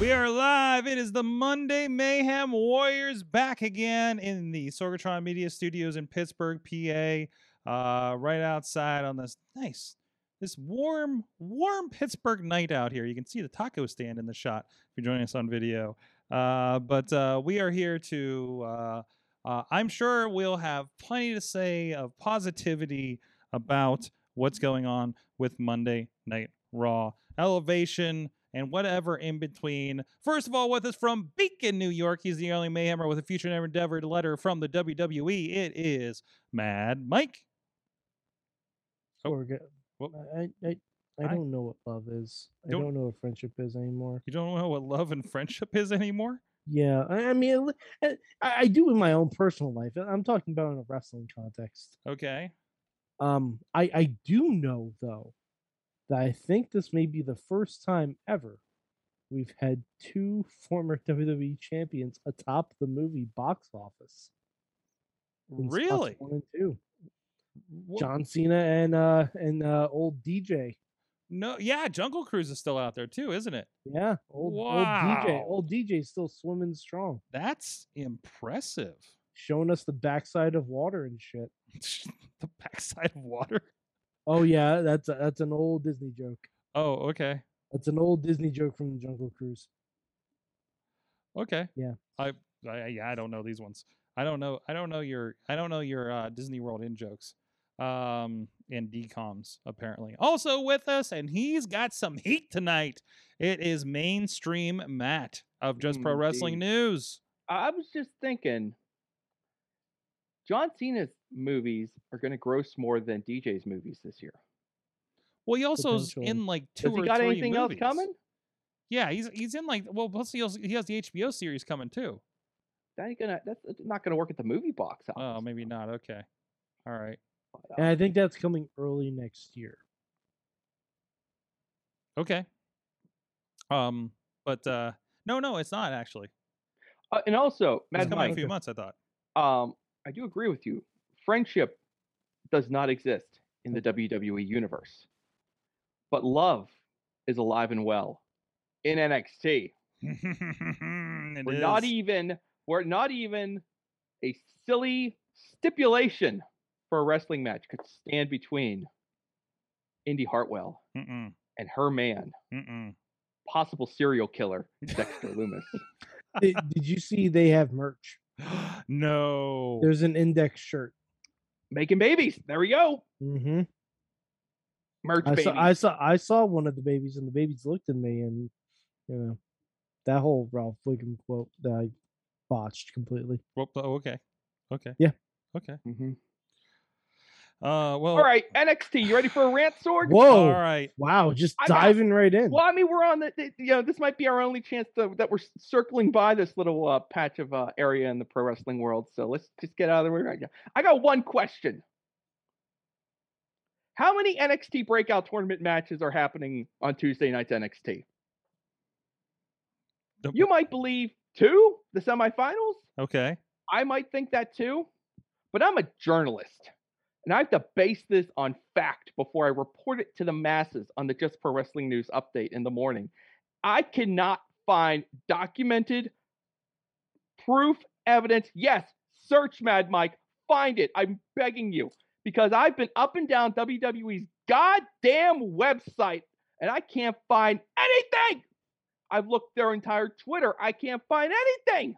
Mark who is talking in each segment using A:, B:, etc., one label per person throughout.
A: We are live. It is the Monday Mayhem Warriors back again in the Sorgatron Media Studios in Pittsburgh, PA. Uh, right outside on this nice, this warm, warm Pittsburgh night out here. You can see the taco stand in the shot if you're joining us on video. Uh, but uh, we are here to. Uh, uh, I'm sure we'll have plenty to say of positivity about what's going on with Monday Night Raw. Elevation and whatever in between. First of all, with us from Beacon, New York, he's the only Mayhemmer with a future never endeavored letter from the WWE. It is Mad Mike. Oh.
B: Or get,
A: Well-
B: I, I, I
A: I-
B: don't know what love is. I
A: Don't-
B: don't know what friendship is anymore.
A: You don't know what love and friendship is anymore?
B: Yeah, I, I mean, li- I, I do in my own personal life. I'm talking about in a wrestling context.
A: Okay.
B: Um, I, I do know though that I think this may be the first time ever we've had two former WWE champions atop the movie box office. in spots
A: Really?
B: One and two.
A: Wha-
B: John Cena and uh and uh old DJ.
A: No, yeah, Jungle Cruise is still out there too, isn't it?
B: Yeah, old, old
A: Wow.
B: DJ. Old DJ's still swimming strong.
A: That's impressive.
B: showing us the backside of water and shit.
A: the backside of water.
B: Oh yeah, that's a, that's an old Disney joke.
A: Oh, okay.
B: That's an old Disney joke from the Jungle Cruise.
A: Okay.
B: Yeah.
A: I, I yeah, I don't know these ones. I don't know. I don't know your. I don't know your uh, Disney World in jokes, um, and DComs apparently. Also with us, and he's got some heat tonight. It is mainstream Matt of Just Pro Wrestling
C: Indeed.
A: News.
C: I I was just thinking, John Cena's movies are going to gross more than DJ's movies this year.
A: Well, he also is
B: Potentially.
A: in like two
C: Has
A: or
C: he got
A: three
C: anything else
A: movies.
C: coming?
A: Yeah, he's he's in like well, plus he also, he has the HBO series coming too.
C: That ain't gonna. That's it's not gonna work at the movie box office. uh,
A: Oh, maybe not. Okay, all right.
B: And I think that's coming early next year.
A: Okay. Um, but uh, no, no, it's not actually.
C: Uh, and also,
A: It's
C: Mad
A: coming in a
C: Mike,
A: few months. I thought.
C: um, I do agree with you. Friendship does not exist in the
A: Mm-hmm.
C: WWE universe, but love is alive and well in NXT.
A: It
C: we're not
A: is.
C: even we're not even a silly stipulation for a wrestling match could stand between Indy Hartwell
A: Mm-mm,
C: and her man,
A: mm-mm.
C: possible serial killer Dexter Loomis.
B: Did, did you see they have merch?
A: no.
B: There's an index shirt.
C: Making babies. There we go.
B: hmm
C: Merch
B: I
C: babies.
B: saw I saw I saw one of the babies, and the babies looked at me, and you know that whole Ralph Wiggum quote that I botched completely.
A: Well, oh, okay. Okay.
B: Yeah.
A: Okay.
C: Mhm.
A: Uh. Well.
C: All right, NXT. You ready for a rant, Sorg?
B: Whoa!
A: All right.
B: Wow! Just
C: I got-
B: diving right in.
C: Well, I mean, we're on the, the- you know, this might be our only chance to, that we're s- circling by this little uh, patch of uh, area in the pro wrestling world. So let's just get out of the way right now. I got one question. How many NXT breakout tournament matches are happening on Tuesday night's NXT?
A: The-
C: You might believe two, the semifinals.
A: Okay.
C: I might think that too, but I'm a journalist and I have to base this on fact before I report it to the masses on the Just Pro Wrestling News update in the morning. I cannot find documented proof, evidence. Yes, search Mad Mike, find it. I'm begging you because I've been up and down WWE's goddamn website and I can't find anything. I've looked their entire Twitter. I can't find anything.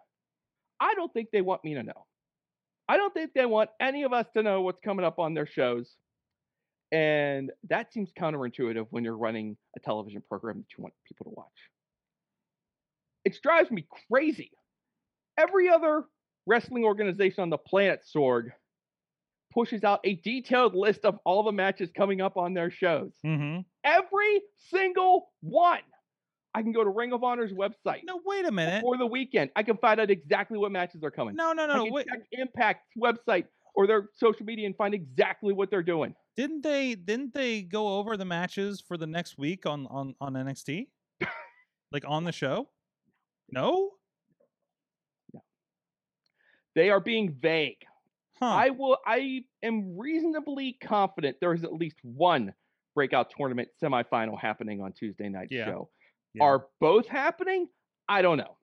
C: I don't think they want me to know. I don't think they want any of us to know what's coming up on their shows. And that seems counterintuitive when you're running a television program that you want people to watch. It drives me crazy. Every other wrestling organization on the planet, Sorg, pushes out a detailed list of all the matches coming up on their shows
A: Mm-hmm.
C: every single one. I can go to Ring of Honor's website
A: No, wait a minute.
C: for the weekend. I can find out exactly what matches are coming.
A: No, no,
C: I
A: no.
C: can
A: Wait,
C: check Impact's website or their social media and find exactly what they're doing.
A: didn't they didn't they go over the matches for the next week on on on NXT? like on the show? No?
C: They are being vague.
A: Huh.
C: I will. I am reasonably confident there is at least one breakout tournament semifinal happening on Tuesday night
A: Yeah.
C: show.
A: Yeah.
C: Are both happening? I don't know.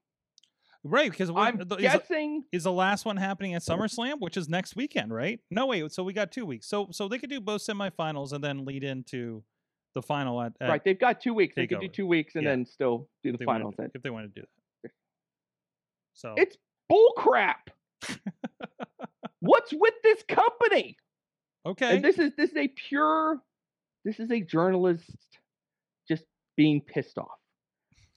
A: right, because
C: I'm
A: is, the-
C: guessing.
A: is the last one happening at SummerSlam, which is next weekend, right? No, wait, so we got two weeks. So so they could do both semifinals and then lead into the final at, at
C: right, they've got two weeks. They could do
A: Takeover.
C: two weeks and
A: Uh, Yeah.
C: then still do
A: if
C: the
A: they wanted
C: finals.
A: to-
C: Then
A: if they want to do that. So
C: It's bull crap. What's with this company?
A: okay.
C: And this is this is a pure. This is a journalist just being pissed off.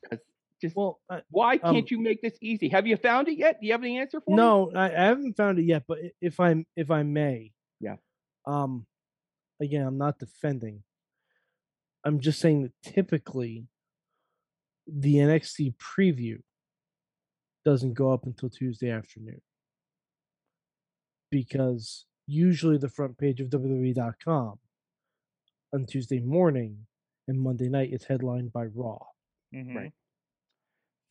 C: 'Cause Just
B: Well, I,
C: why
B: um,
C: can't you make this easy? Have you found it yet? Do you have any answer for me?
B: no, I, I haven't found it yet. But i- if I'm, if I may,
C: Yeah.
B: Um, again, I'm not defending. I'm just saying that typically, the NXT preview doesn't go up until Tuesday afternoon because usually the front page of WWE.com on Tuesday morning and Monday night is headlined by Raw.
A: Mhm.
C: right.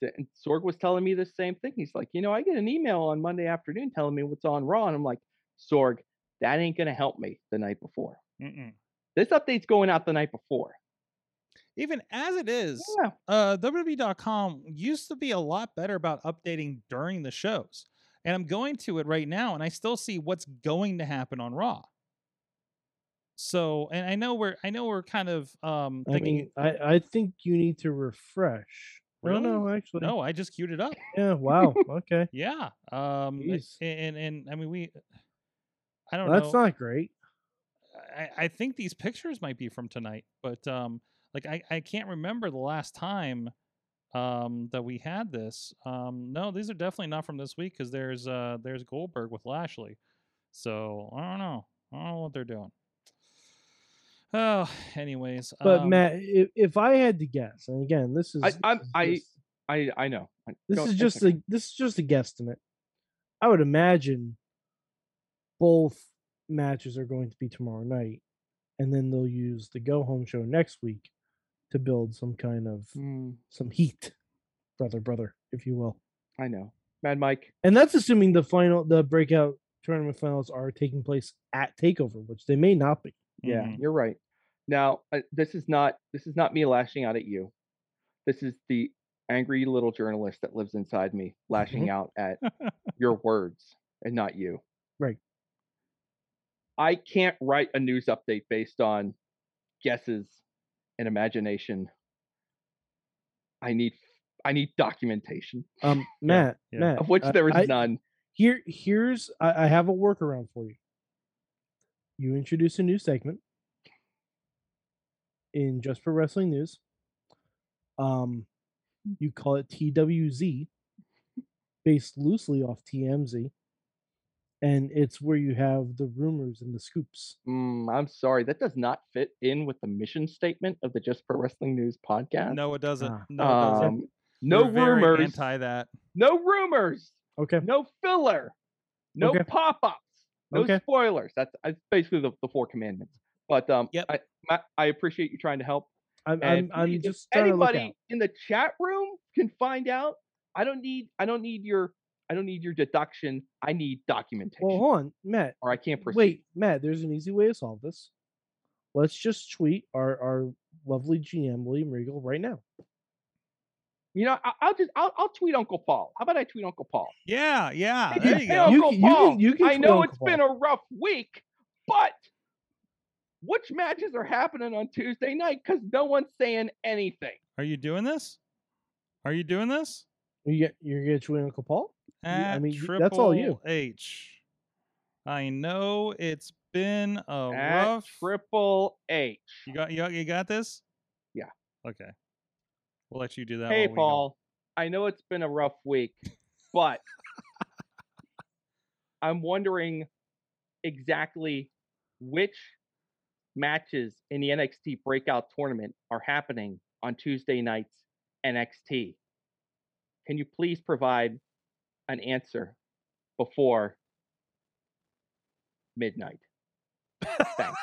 C: th- and Sorg was telling me the same thing. He's like, you know, I get an email on Monday afternoon telling me what's on Raw, and I'm like, Sorg, that ain't gonna help me the night before.
A: Mm-mm.
C: This update's going out the night before.
A: Even as it is,
C: Yeah,
A: uh, WWE.com used to be a lot better about updating during the shows. And I'm going to it right now, and I still see what's going to happen on Raw. So, and I know we're, I know we're kind of um,
B: I
A: thinking.
B: mean, I, I think you need to refresh. Oh, No, no, actually,
A: no, I just queued it up.
B: Yeah. Wow. Okay.
A: Yeah. Um. a-
B: Jeez.
A: And, and and I mean, we. I don't
B: Well, that's
A: know.
B: not great.
A: I, I think these pictures might be from tonight, but um, like I, I can't remember the last time um that we had this. Um, no, these are definitely not from this week because there's uh there's Goldberg with Lashley, so I don't know. I don't know what they're doing. Oh, anyways,
B: But
A: um,
B: Matt, if, if I had to guess, and again, this is
C: I-
B: this
C: I'm-
B: is
C: I-
B: just,
C: I I know. I-
B: this
C: don't-
B: is
C: it's
B: just
C: okay.
B: a this is just a guesstimate. I would imagine both matches are going to be tomorrow night, and then they'll use the go home show next week to build some kind of
C: Mm,
B: some heat, brother, brother, if you will.
C: I know, Mad Mike.
B: And that's assuming the final the breakout tournament finals are taking place at Takeover, which they may not be.
C: Yeah,
A: mhm.
C: you're right. Now uh, this is not this is not me lashing out at you. This is the angry little journalist that lives inside me
B: Mm-hmm.
C: lashing out at your words and not you.
B: Right.
C: I can't write a news update based on guesses and imagination. I need I need documentation
B: Um, Matt,
A: yeah.
B: Matt,
C: of which
B: uh,
C: there is
B: I-
C: none.
B: Here, here's I, I have a workaround for you. You introduce a new segment in Just for Wrestling News. Um,
C: Hmm.
B: you call it TWZ, based loosely off TMZ, and it's where you have the rumors and the scoops.
C: Mm, I'm sorry, that does not fit in with the mission statement of the Just Pro Wrestling News podcast.
A: No, it doesn't.
B: Ah.
A: No, it doesn't.
C: Um, no
A: We're very
C: rumors.
A: Anti that.
C: no rumors.
B: Okay,
C: No filler. No
B: Okay.
C: pop-ups. No
B: Okay.
C: spoilers. That's, that's basically the, the four commandments. But um,
A: Yep.
C: I, I I appreciate you trying to help.
B: I'm I'm,
C: And if you-
B: I'm
C: if
B: just trying to look out.
C: anybody in the chat room can find out. I don't need I don't need your I don't need your deduction. I need documentation,
B: Well, hold on, Matt.
C: or I can't proceed.
B: Wait, Matt, there's an easy way to solve this. Let's just tweet our, our lovely GM, William Regal, right now.
C: You know, I, I'll just I'll, I'll tweet Uncle Paul. How about I tweet Uncle Paul?
A: Yeah, yeah.
C: Hey,
A: There you
C: hey,
A: go.
B: You
C: Uncle
B: can- you can-
C: Paul,
B: you can
C: I
B: tweet
C: know
B: Uncle
C: it's been a rough week, but which matches are happening on Tuesday night? Because no one's saying anything.
A: Are you doing this? Are you doing this?
B: You get, you're going to tweet Uncle Paul? I
A: At
B: mean, you- that's all you.
A: Triple H. I know it's been a
C: At
A: rough.
C: Triple H.
A: You got you, got- you got this.
C: Yeah.
A: Okay. We'll let you do that.
C: Hey,
A: while we go.
C: Paul, I know it's been a rough week, but I'm wondering exactly which matches in the NXT breakout tournament are happening on Tuesday nights NXT. Can you please provide an answer before midnight? Thanks.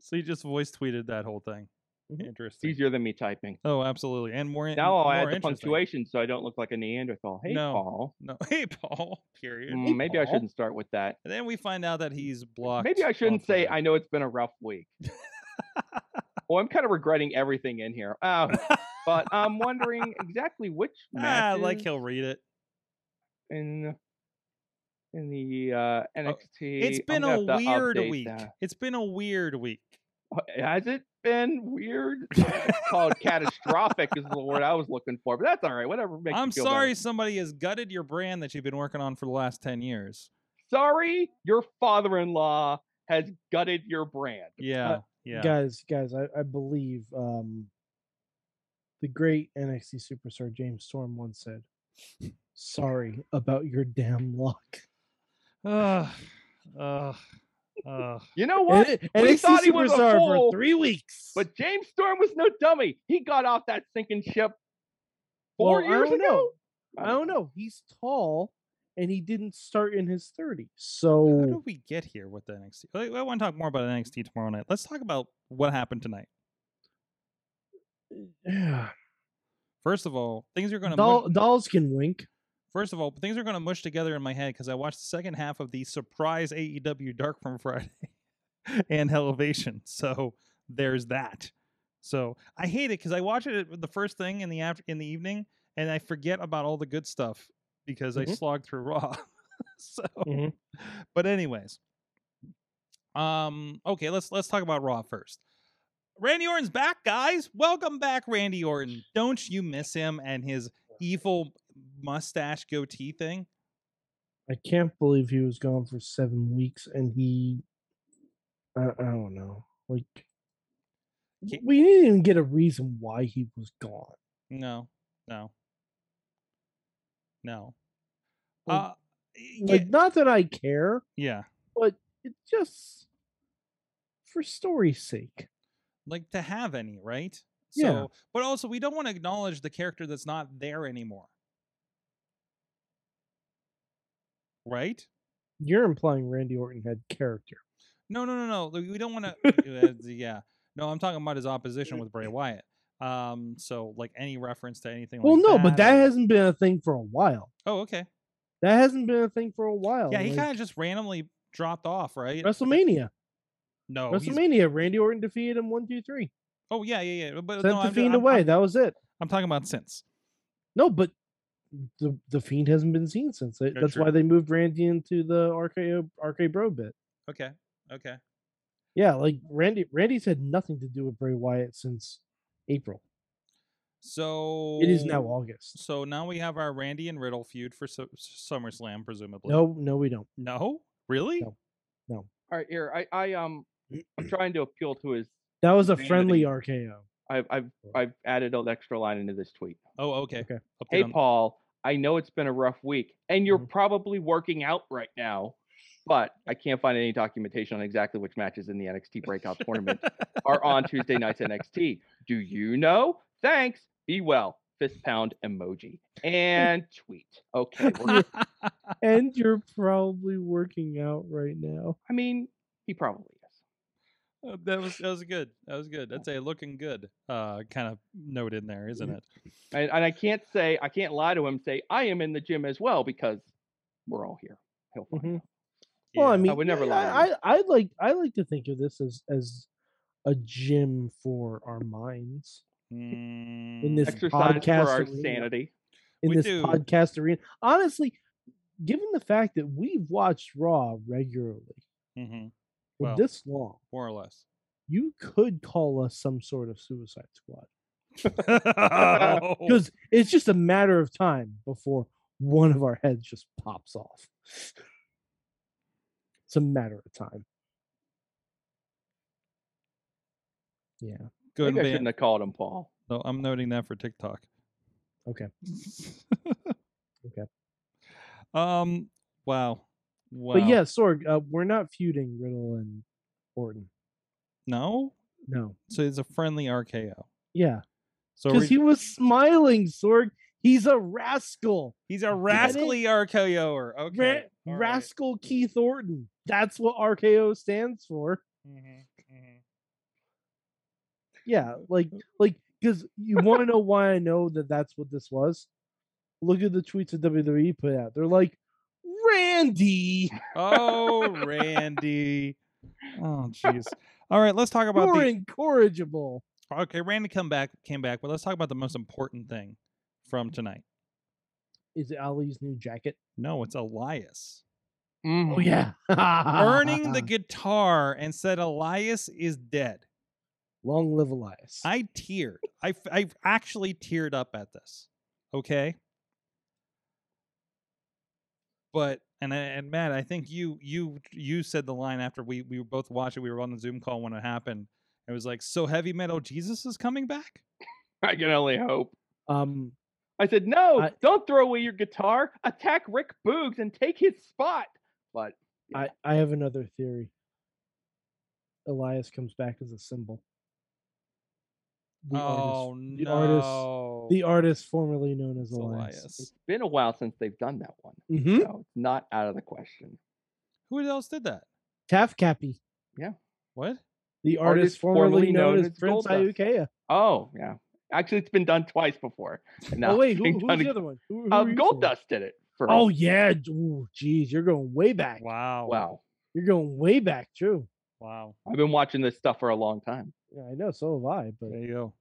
A: So you just voice tweeted that whole thing.
B: Mhm.
C: It's
A: Interesting.
C: easier than me typing.
A: Oh, absolutely. And more. in-
C: Mm-hmm. Now I'll
A: more
C: add the
A: interesting.
C: punctuation so I don't look like a Neanderthal. Hey,
A: No.
C: Paul.
A: No. Hey, Paul. Period.
C: Mm,
B: Hey,
C: maybe I
B: Paul.
C: shouldn't start with that.
A: And then we find out that he's blocked.
C: Maybe I shouldn't
A: on
C: say
A: Twitter.
C: I know it's been a rough week. well, I'm kind of regretting everything in here. Oh, but I'm wondering exactly which
A: ah,
C: matches
A: like he'll read it.
C: in in the uh, NXT.
A: Oh, It's
C: I'm
A: been a
C: gonna have to
A: weird
C: update
A: week.
C: that.
A: It's been a weird week.
C: Uh, Has it been weird? It's called catastrophic is the word I was looking for, but that's all right. Whatever makes you
A: I'm
C: feel better.
A: sorry somebody has gutted your brand that you've been working on for the last 10 years.
C: Sorry, your father-in-law has gutted your brand.
A: Yeah. yeah.
B: Guys, guys, I, I believe um, the great NXT superstar James Storm once said, "Sorry about your damn luck."
A: Ugh. Ugh. Ugh.
C: You know what?
B: N-
C: We
B: NXT
C: thought he was a
B: superstar
C: fool,
B: for three weeks.
C: But James Storm was no dummy. He got off that sinking ship
B: Well,
C: four
B: I
C: years
B: don't
C: ago.
B: know. I don't know. He's tall, and he didn't start in his 30s. So
A: How
C: Oh.
A: did we get here with the NXT? Like, I want to talk more about NXT tomorrow night. Let's talk about what happened tonight.
B: yeah,
A: First of all, things are going to
B: Doll, dolls can wink.
A: First of all, things are going to mush together in my head because I watched the second half of the surprise AEW Dark from Friday and Elevation. So there's that. So I hate it because I watch it at the first thing in the after in the evening and I forget about all the good stuff because I
B: Mhm.
A: slogged through Raw. so,
B: Mhm.
A: but anyways, um, okay, let's let's talk about Raw first. Randy Orton's back, guys. Welcome back, Randy Orton. Don't you miss him and his evil mustache goatee thing?
B: I can't believe he was gone for seven weeks, and he, I, I don't know, like
A: Ki-
B: we didn't even get a reason why he was gone.
A: No, no, no.
B: Like-
A: Uh, y- yeah,
B: Like, not that I care,
A: yeah,
B: but it just for story's sake.
A: like to have any, right?
B: Yeah.
A: So, but also we don't want to acknowledge the character that's not there anymore, right?
B: You're implying Randy Orton had character.
A: No, no, no, no. like, We don't want to. yeah, no, I'm talking about his opposition with Bray Wyatt. Um, so like any reference to anything.
B: Well,
A: like
B: no, but that
A: or-
B: hasn't been a thing for a while.
A: Oh, okay.
B: That hasn't been a thing for a while.
A: Yeah,
B: Oh,
A: he
B: like,
A: kind of just randomly dropped off, right?
B: WrestleMania.
A: No, Oh, he's-
B: WrestleMania. Randy Orton defeated him one, two, three.
A: Oh yeah, yeah, yeah. But
B: Sent
A: no,
B: the
A: I'm, ju-
B: fiend
A: I'm-
B: away.
A: I'm-
B: that was it.
A: I'm talking about since.
B: No, but the the fiend hasn't been seen since. That-
A: Yeah,
B: That's
A: true.
B: why they moved Randy into the RKO RK Bro bit.
A: Okay. Okay.
B: Yeah, like Randy Randy's had nothing to do with Bray Wyatt since April.
A: So
B: It is now August.
A: So now we have our Randy and Riddle feud for Su- SummerSlam, presumably.
B: No, no, we don't.
A: No. Really?
B: No.
C: All right, here I, I um, I'm trying to appeal to his.
B: That was a
C: Vanity.
B: friendly RKO.
C: I've I've I've added an extra line into this tweet.
A: Oh, okay.
B: Okay.
A: Update
C: Hey,
A: on-
C: Paul, I know it's been a rough week, and you're
B: Mhm.
C: probably working out right now, but I can't find any documentation on exactly which matches in the NXT Breakout Tournament are on Tuesday night's NXT. Do you know? Thanks. Be well. Fist pound emoji and tweet. Okay. we're good.
B: And you're probably working out right now.
C: I mean, he probably is.
A: Uh, that was that was good. That was good. That's a looking good uh kind of note in there, isn't it?
B: Mm-hmm.
C: And, and I can't say, I can't lie to him, say, I am in the gym as well because we're all here. He'll find
B: Mhm.
C: out.
B: Well, I
A: Yeah.
B: mean,
C: would never
B: yeah,
C: lie to
B: I, I I like I like to think of this as as a gym for our minds
A: Mm,
B: this-
C: Exercise
B: podcast
C: for our
B: arena.
C: sanity.
B: in
A: We
B: this
A: do.
B: podcast arena. Honestly, given the fact that we've watched Raw regularly
A: Mhm,
B: for
A: Well.
B: this long,
A: more or less.
B: you could call us some sort of Suicide Squad
A: Oh.
B: because it's just a matter of time before one of our heads just pops off. It's a matter of time. Yeah.
A: good
C: Maybe I
A: man.
C: shouldn't have called him Paul.
A: No, I'm noting that for TikTok.
B: Okay.
A: okay. Um. Wow. Wow.
B: But yeah, Sorg, uh, we're not feuding Riddle and Orton.
A: No.
B: No.
A: So it's a friendly RKO.
B: Yeah.
A: So
B: Because
A: we-
B: he was smiling, Sorg. He's a rascal.
A: he's a rascally RKOer. Okay.
B: Ra-
A: all right.
B: rascal Keith Orton. That's what RKO stands for.
A: Mhm, mhm.
B: Yeah, like
A: Oh.
B: like because you want to know why I know that that's what this was. Look at the tweets that WWE E put out. They're like, Randy,
A: Oh, Randy. Oh, jeez. All right, let's talk about
B: you're
A: the
B: incorrigible.
A: Okay, Randy come back came back, but let's talk about the most important thing from tonight.
B: Is it Ali's new jacket?
A: No, it's Elias.
C: Mm-hmm.
B: Oh yeah, ah,
A: Earning the guitar and said Elias is dead.
B: long live Elias.
A: I teared. I, f- I actually teared up at this. Okay. But and I- and Matt, I think you you you said the line after we we were both watching. We were on the Zoom call when it happened. It was like, so heavy metal Jesus is coming back.
C: I can only hope.
B: um,
C: I said, no,
B: I-
C: don't throw away your guitar. Attack Rick Boogs and take his spot. But
B: I I have another theory. Elias comes back as a symbol. The
A: oh
B: artist, the
A: no!
B: artist, the artist formerly known as
A: It's
B: Elias.
A: Elias.
C: it's been a while since they've done that one.
B: Mm-hmm.
C: So it's not out of the question.
A: Who else did that?
B: Taff Cappy.
A: What?
B: The
C: Artist
B: artist, formerly, known, as, Prince
C: Goldust.
B: Iukea.
C: Oh, yeah. Actually, it's been done twice before. and now
B: oh wait,
C: it's
B: who,
C: being
B: who's
C: done
B: the
C: ag-
B: other one? Who, who are
C: Um,
B: you saying?
C: Goldust did it for
B: Oh yeah, d- ooh, geez, you're going way back.
A: Wow!
C: wow.
B: You're going way back, true.
A: Wow!
C: I've been watching this stuff for a long time.
B: Yeah, I know, so have I. But
A: There you go.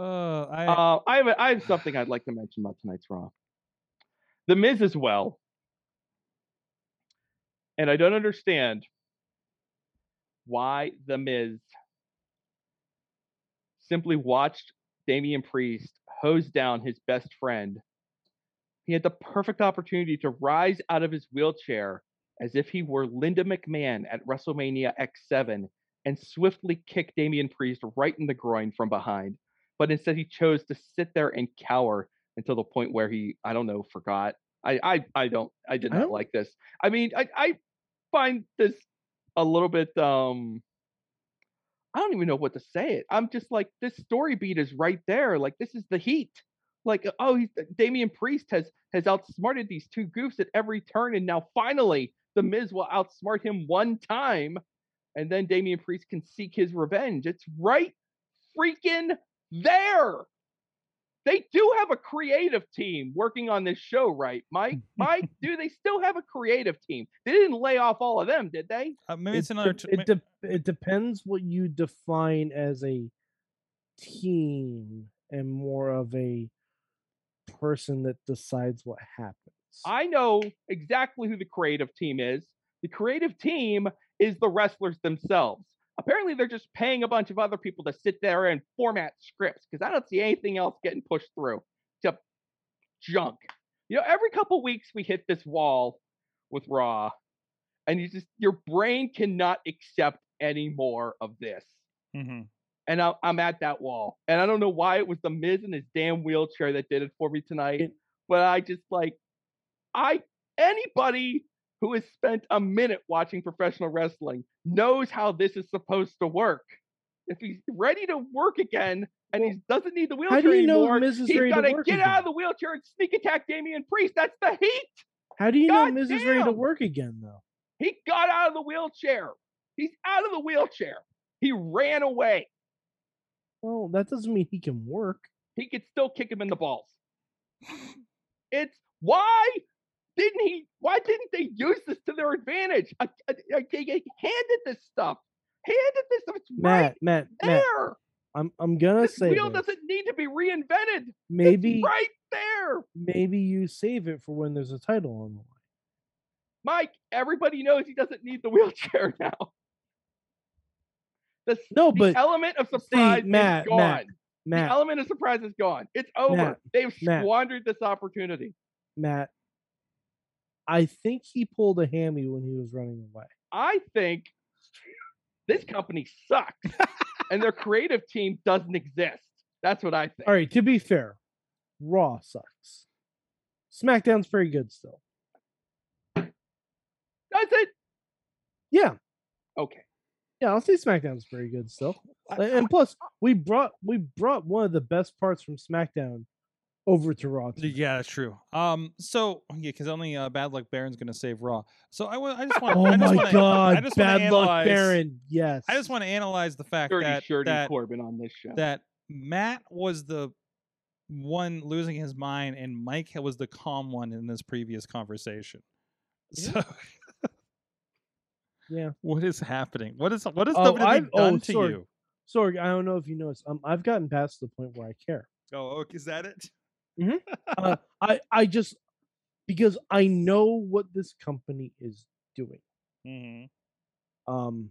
A: Uh, I
C: Uh, I have a, I have something I'd like to mention about tonight's Raw. The Miz as well, and I don't understand why the Miz simply watched Damian Priest hose down his best friend. He had the perfect opportunity to rise out of his wheelchair as if he were Linda McMahon at WrestleMania X7 and swiftly kick Damian Priest right in the groin from behind but instead he chose to sit there and cower until the point where he i don't know forgot i i, I don't i did
B: I
C: not
B: don't-
C: like this i mean i i find this a little bit um i don't even know what to say it i'm just like this story beat is right there like this is the heat like oh he's damian priest has has outsmarted these two goofs at every turn and now finally the miz will outsmart him one time and then damian priest can seek his revenge it's right freaking there. They do have a creative team working on this show, right, Mike? Mike, do they still have a creative team? They didn't lay off all of them, did they?
A: uh, maybe it's
B: it,
A: another.
B: de-
A: t- ma-
B: it, de- it depends what you define as a team and more of a person that decides what happens.
C: I know exactly who the creative team is. The creative team is the wrestlers themselves. Apparently, they're just paying a bunch of other people to sit there and format scripts because I don't see anything else getting pushed through except junk. You know, every couple weeks we hit this wall with Raw, and you just your brain cannot accept any more of this.
A: Mhm.
C: And I, I'm at that wall, and I don't know why it was the Miz and his damn wheelchair that did it for me tonight.
B: It-
C: but I just like I anybody who has spent a minute watching professional wrestling knows how this is supposed to work. If he's ready to work again and he doesn't need the wheelchair
B: How do you know
C: anymore,
B: Miz is
C: he's
B: ready to
C: gotta
B: work
C: get
B: again?
C: out of the wheelchair and sneak attack Damian Priest. That's the heat.
B: How do you know
C: God
B: Miz is ready to
C: damn!
B: work again though?
C: He got out of the wheelchair. He's out of the wheelchair. He ran away.
B: Well, that doesn't mean he can work.
C: He could still kick him in the balls. It's why didn't he? Why didn't they use this to their advantage? I, I, I, they they handed this stuff. Handed this stuff. It's
B: Matt,
C: right
B: Matt, Matt,
C: there.
B: I'm I'm gonna
C: This
B: say
C: wheel
B: this.
C: doesn't need to be reinvented.
B: maybe
C: it's right there,
B: maybe you save it for when there's a title on the line.
C: Mike. Everybody knows he doesn't need the wheelchair now. The, s-
B: No,
C: the
B: but
C: element of surprise
B: Matt,
C: is gone.
B: Matt, Matt,
C: the element of surprise is gone. It's over.
B: Matt,
C: They've
B: Matt.
C: squandered this opportunity.
B: Matt. I think he pulled a hammy when he was running away.
C: I think this company sucks and their creative team doesn't exist. That's what I think.
B: All right, to be fair, Raw sucks. SmackDown's pretty good still.
C: Does it?
B: Yeah,
C: Okay.
B: Yeah, I'll say SmackDown's pretty good still.
A: I-
B: Like, and plus, we brought we brought one of the best parts from SmackDown over to Raw. tonight.
A: Yeah, that's true. Um, so yeah, because only uh, Bad Luck Baron's gonna save Raw. So I, wa- I just want.
B: Oh
A: I just
B: my
A: wanna, I
B: God!
A: just wanna
B: Bad luck,
A: analyze-
B: Baron. Yes.
A: I just want to analyze the fact
C: Dirty
A: that
C: shirty
A: that,
C: Corbin on this show.
A: that Matt was the one losing his mind, and Mike was the calm one in this previous conversation. So
B: Yeah.
A: what is happening? What is what has
B: Oh,
A: WWE
B: I've- oh,
A: done to
B: sorry.
A: you?
B: Sorg, I don't know if you noticed. Um, I've gotten past the point where I care.
A: Oh, okay, is that it?
B: Uh, I I just because I know what this company is doing.
A: Mm-hmm.
B: Um,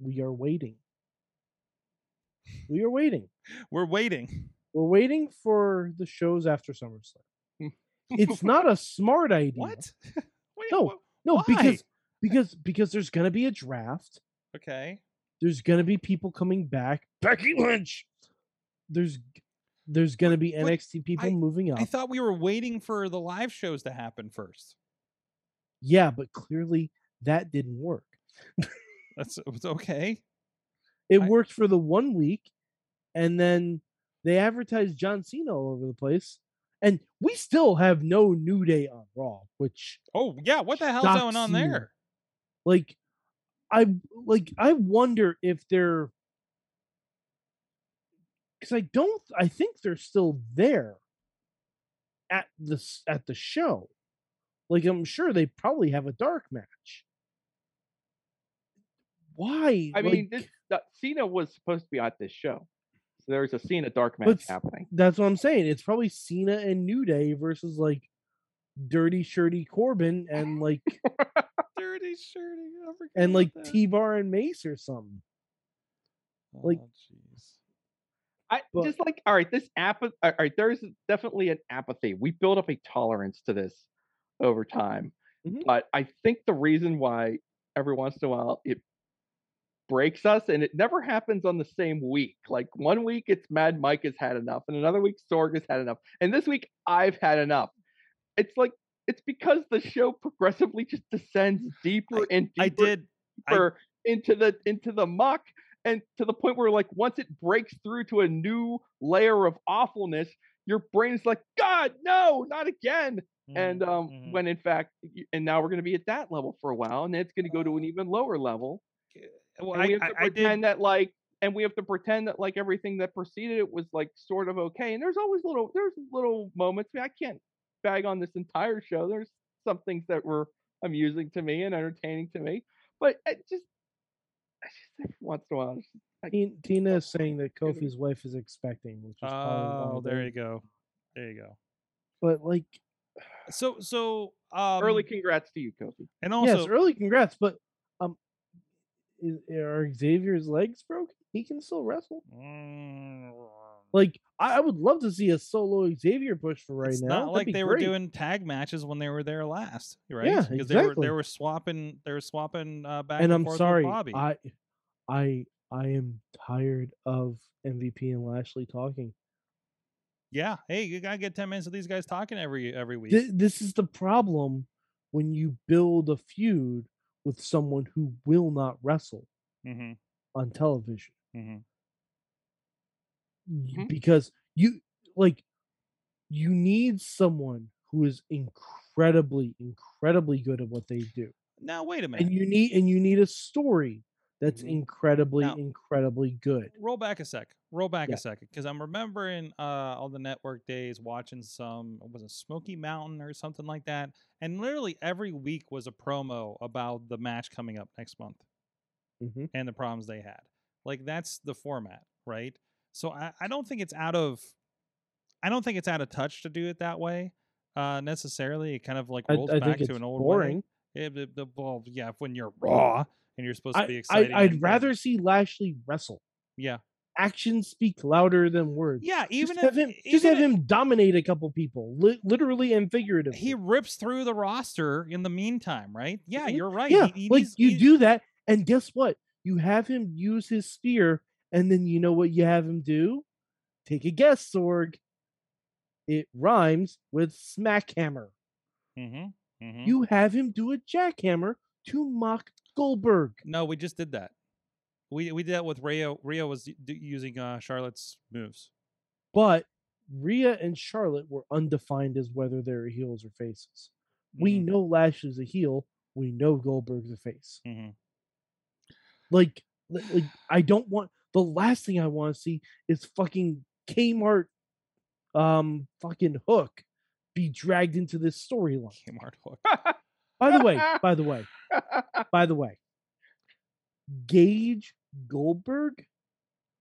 B: we are waiting. We are waiting.
A: We're waiting.
B: We're waiting for the shows after SummerSlam. It's not a smart idea.
A: Hmm. What? Wait,
B: No,
A: wha-
B: No, because
A: why?
B: because because there's gonna be a draft.
A: Okay.
B: There's gonna be people coming back. Becky Lynch. There's g- there's gonna be
A: but
B: NXT people
A: I-
B: moving up.
A: I thought we were waiting for the live shows to happen first.
B: yeah, but clearly that didn't work.
A: That's it's okay.
B: It
A: I-
B: worked for the one week, and then they advertised John Cena all over the place. And we still have no New Day on Raw, which
A: Oh yeah, what the hell's
B: Shock
A: going on
B: Cena.
A: there?
B: like I like I wonder if they're because I don't I think they're still there at this at the show. Like I'm sure they probably have a dark match. Why?
C: I mean,
B: like,
C: this, that Cena was supposed to be at this show, so there was a Cena dark match
B: But s-
C: happening.
B: That's what I'm saying. It's probably Cena and New Day versus like dirty shirty Corbin and like
A: Dirty shirty. I forgot
B: and
A: about
B: like
A: that.
B: T Bar and Mace or something. like-
A: Oh, jeez.
C: I
B: but-
C: just like all right, this apathy. All right, there is definitely an apathy. We build up a tolerance to this over time,
A: Mm-hmm.
B: Mhm.
C: but I think the reason why every once in a while it breaks us, and it never happens on the same week. Like one week it's Mad Mike has had enough, and another week Sorg has had enough, and this week I've had enough. It's like it's because the show progressively just descends deeper and deeper
A: I did I-
C: deeper into the into the muck and to the point where like once it breaks through to a new layer of awfulness your brain's like god no not again and
A: Mhm,
C: um
A: mhm.
C: when in fact y- and now we're going to be at that level for a while and then it's going to go to an even lower level
A: well,
C: and
A: I,
C: we have
A: I,
C: to
A: I
C: pretend
A: did
C: that like and we have to pretend that like everything that preceded it was like sort of okay and there's always little there's little moments I, mean, I can't bag on this entire show there's some things that were amusing to me and entertaining to me but it just I just every once in a while it's just-
B: Ti- Tina is saying that
C: Excuse me.
B: Kofi's wife is expecting, which is probably
A: Oh,
B: why
A: there
B: they-
A: you go. There you go.
B: But like,
A: So so um
C: early congrats to you kofi
A: and also
B: yes, early congrats. But um, is, are Xavier's legs broken? He can still wrestle.
A: Mm,
B: Like I, I would love to see a solo Xavier push for right
A: it's
B: now.
A: not
B: That'd
A: like
B: be
A: they were
B: great.
A: doing tag matches when they were there last, right?
B: Yeah,
A: they were
B: exactly.
A: they were swapping they were swapping uh, back
B: and
A: and,
B: I'm
A: forth
B: sorry,
A: with Bobby.
B: I, I, I am tired of MVP and Lashley talking.
A: yeah, hey, you gotta get ten minutes of these guys talking every every week.
B: Th- this is the problem when you build a feud with someone who will not wrestle
A: hmm
B: on television
A: hmm
B: Y-
A: Mm-hmm.
C: Mhm.
B: because you like you need someone who is incredibly incredibly good at what they do
A: Now wait a minute.
B: and you need and you need a story that's
C: Mhm.
B: incredibly
A: Mm-hmm. Now-
B: incredibly good
A: roll back a sec. Roll back
B: Yeah.
A: a second, because I'm remembering uh, all the network days watching some what was it Smoky Mountain or something like that, and literally every week was a promo about the match coming up next month
B: mm-hmm.
A: and the problems they had. Like that's the format, right? So I, I don't think it's out of I don't think it's out of touch to do it that way uh, necessarily. It kind of like rolls
B: I, I
A: back
B: think
A: to
B: it's
A: an old
B: boring
A: way. Yeah, Eh, the, the, well, yeah, when you're raw and you're supposed to be
B: I,
A: excited.
B: I, i'd rather see lashley wrestle
A: yeah.
B: actions speak louder than words
A: Yeah, even
B: just
A: if e,
B: have him just
A: even
B: have
A: if-
B: him dominate a couple people li- literally and figuratively
A: he rips through the roster in the meantime, right? Yeah,
B: Mhm.
A: you're right.
B: yeah
A: He- he
B: like
A: needs-
B: you
A: he-
B: do that and guess what you have him use his spear and then you know what you have him do take a guess sorg it rhymes with smack hammer
A: Mhm, mhm.
B: you have him do a jackhammer to mock goldberg
A: no, we just did that. We we did that with Rhea. Rhea was d- d- using uh, Charlotte's moves.
B: But Rhea and Charlotte were undefined as whether they're heels or faces. We
A: Mhm,
B: know Lashley's a heel. We know Goldberg's a face.
A: mhm.
B: Like, li- like I don't want the last thing I want to see is fucking Kmart, um, fucking Hook be dragged into this storyline.
A: Mm-hmm. Kmart hook.
B: By the way, by the way, by the way, Gage Goldberg,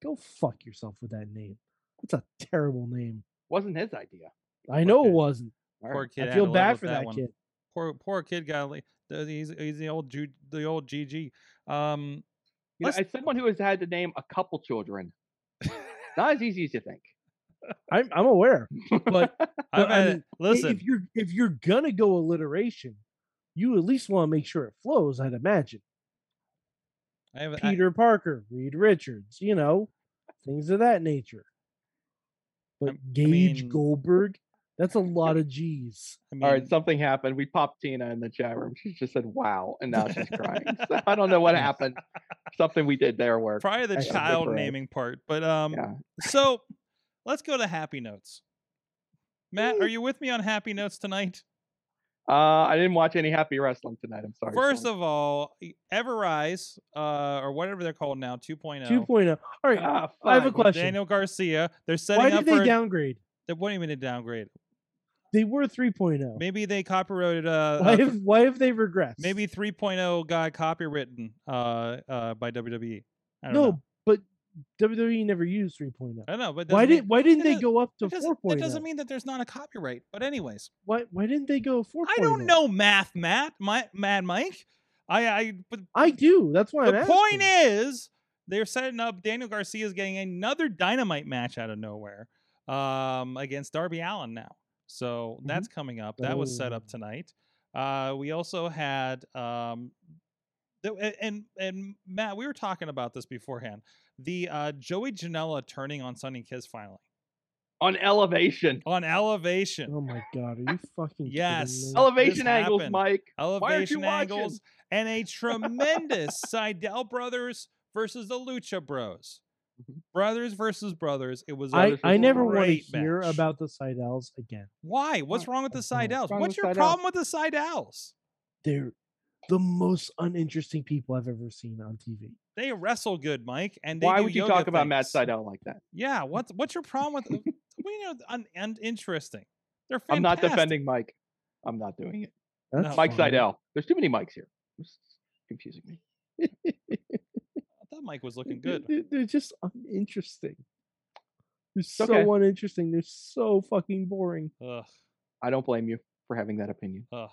B: go fuck yourself with that name. That's a terrible name.
C: Wasn't his idea.
B: I know
A: Okay.
B: it wasn't.
C: All
A: Poor
C: right.
A: kid.
B: I
A: had
B: feel
A: to live
B: bad
A: with
B: for that,
A: one.
B: kid.
A: Poor poor kid got. li- the- He's he's the old Ju- the old GG. Um,
C: You know,
A: let's-
C: as someone who has had to name a couple children, not as easy as you think.
B: I'm I'm aware. But
A: I've
B: But, I
A: had-
B: mean, i-
A: listen,
B: if you're if you're gonna go alliteration, you at least want to make sure it flows. I'd imagine
A: I have, I-
B: Peter Parker, Reed Richards, you know, things of that nature. But
A: I'm- I
B: Gage
A: mean-
B: Goldberg, that's a lot of G's.
A: I
C: All
A: mean,
C: right, something happened. We popped Tina in the chat room. She just said, "Wow," and now she's crying. So I don't know what happened. Something we did there worked.
A: probably the
C: That's good
A: child
C: for us.
A: naming part. But um,
C: Yeah.
A: so let's go to happy notes. Matt, are you with me on happy notes tonight?
C: Uh, I didn't watch any happy wrestling tonight. I'm sorry.
A: First
C: Sean.
A: of all, e- Everrise, uh, or whatever they're called now, 2.0.
B: 2.0. oh. All right,
C: Ah,
B: I have a
C: fine.
A: with
B: question.
A: Daniel Garcia. They're Uh, setting
B: Why
A: up
B: did
A: for
B: they downgrade?
A: they weren't even a downgrade.
B: They were 3.0.
A: Maybe they copyrighted uh,
B: Oh. why
A: uh,
B: have why have they regressed?
A: maybe 3.0 got copywritten uh, uh, by WWE. I
B: no,
A: don't know.
B: but WWE E never used 3.0.
A: I don't know, but it
B: Why
A: doesn't mean-
B: did why didn't
A: it
B: they
A: does-
B: go up to
A: it doesn't,
B: 4.0?
A: it doesn't mean that there's not a copyright. But anyways,
B: why why didn't they go oh? 4.0?
A: I don't know math, Matt. My Mad Mike. I I but
B: I do. That's why.
A: the
B: I'm
A: point
B: asking.
A: is they're setting up Daniel Garcia's getting another dynamite match out of nowhere um against Darby Allen now. So that's coming up. That was set up
B: Oh.
A: tonight. Uh we also had um the, a- and and Matt, we were talking about this beforehand. The uh Joey Janela turning on Sonny Kiss finally
C: on elevation,
A: on elevation.
B: Oh my god, are you fucking kidding
A: Yes.
B: me?
A: Oh,
C: elevation angles,
A: happened.
C: Mike. Why aren't
A: elevation
C: you watching?
A: angles, and a tremendous Seidel brothers versus the Lucha Bros.
C: Mhm.
A: Brothers versus brothers. It was. a
B: I, I
C: was
B: never want to
A: great
B: hear
A: match.
B: about the Seidels again.
A: Why? What's wrong with the
B: I don't know.
A: Seidels?
C: Wrong
A: What's
C: with
A: your
C: Seidel?
A: problem with the Seidels?
B: They're the most uninteresting people I've ever seen on TV.
A: They wrestle good, Mike, and they
C: Why
A: do
C: would you
A: yoga
C: talk about Matt
A: things.
C: Seidel like that?
A: Yeah. What's What's your problem with? we know un, uninteresting. They're
C: I'm
A: fantastic.
C: not defending Mike. I'm not doing it.
B: That's
A: No.
C: Mike
B: fine.
C: Seidel. There's too many Mikes here. It's confusing me.
A: I thought Mike was
B: They're-
A: looking good.
B: They're, they're just uninteresting. They're so
C: okay.
B: uninteresting. They're so fucking boring.
A: Ugh.
C: I don't blame you for having that opinion.
A: Ugh.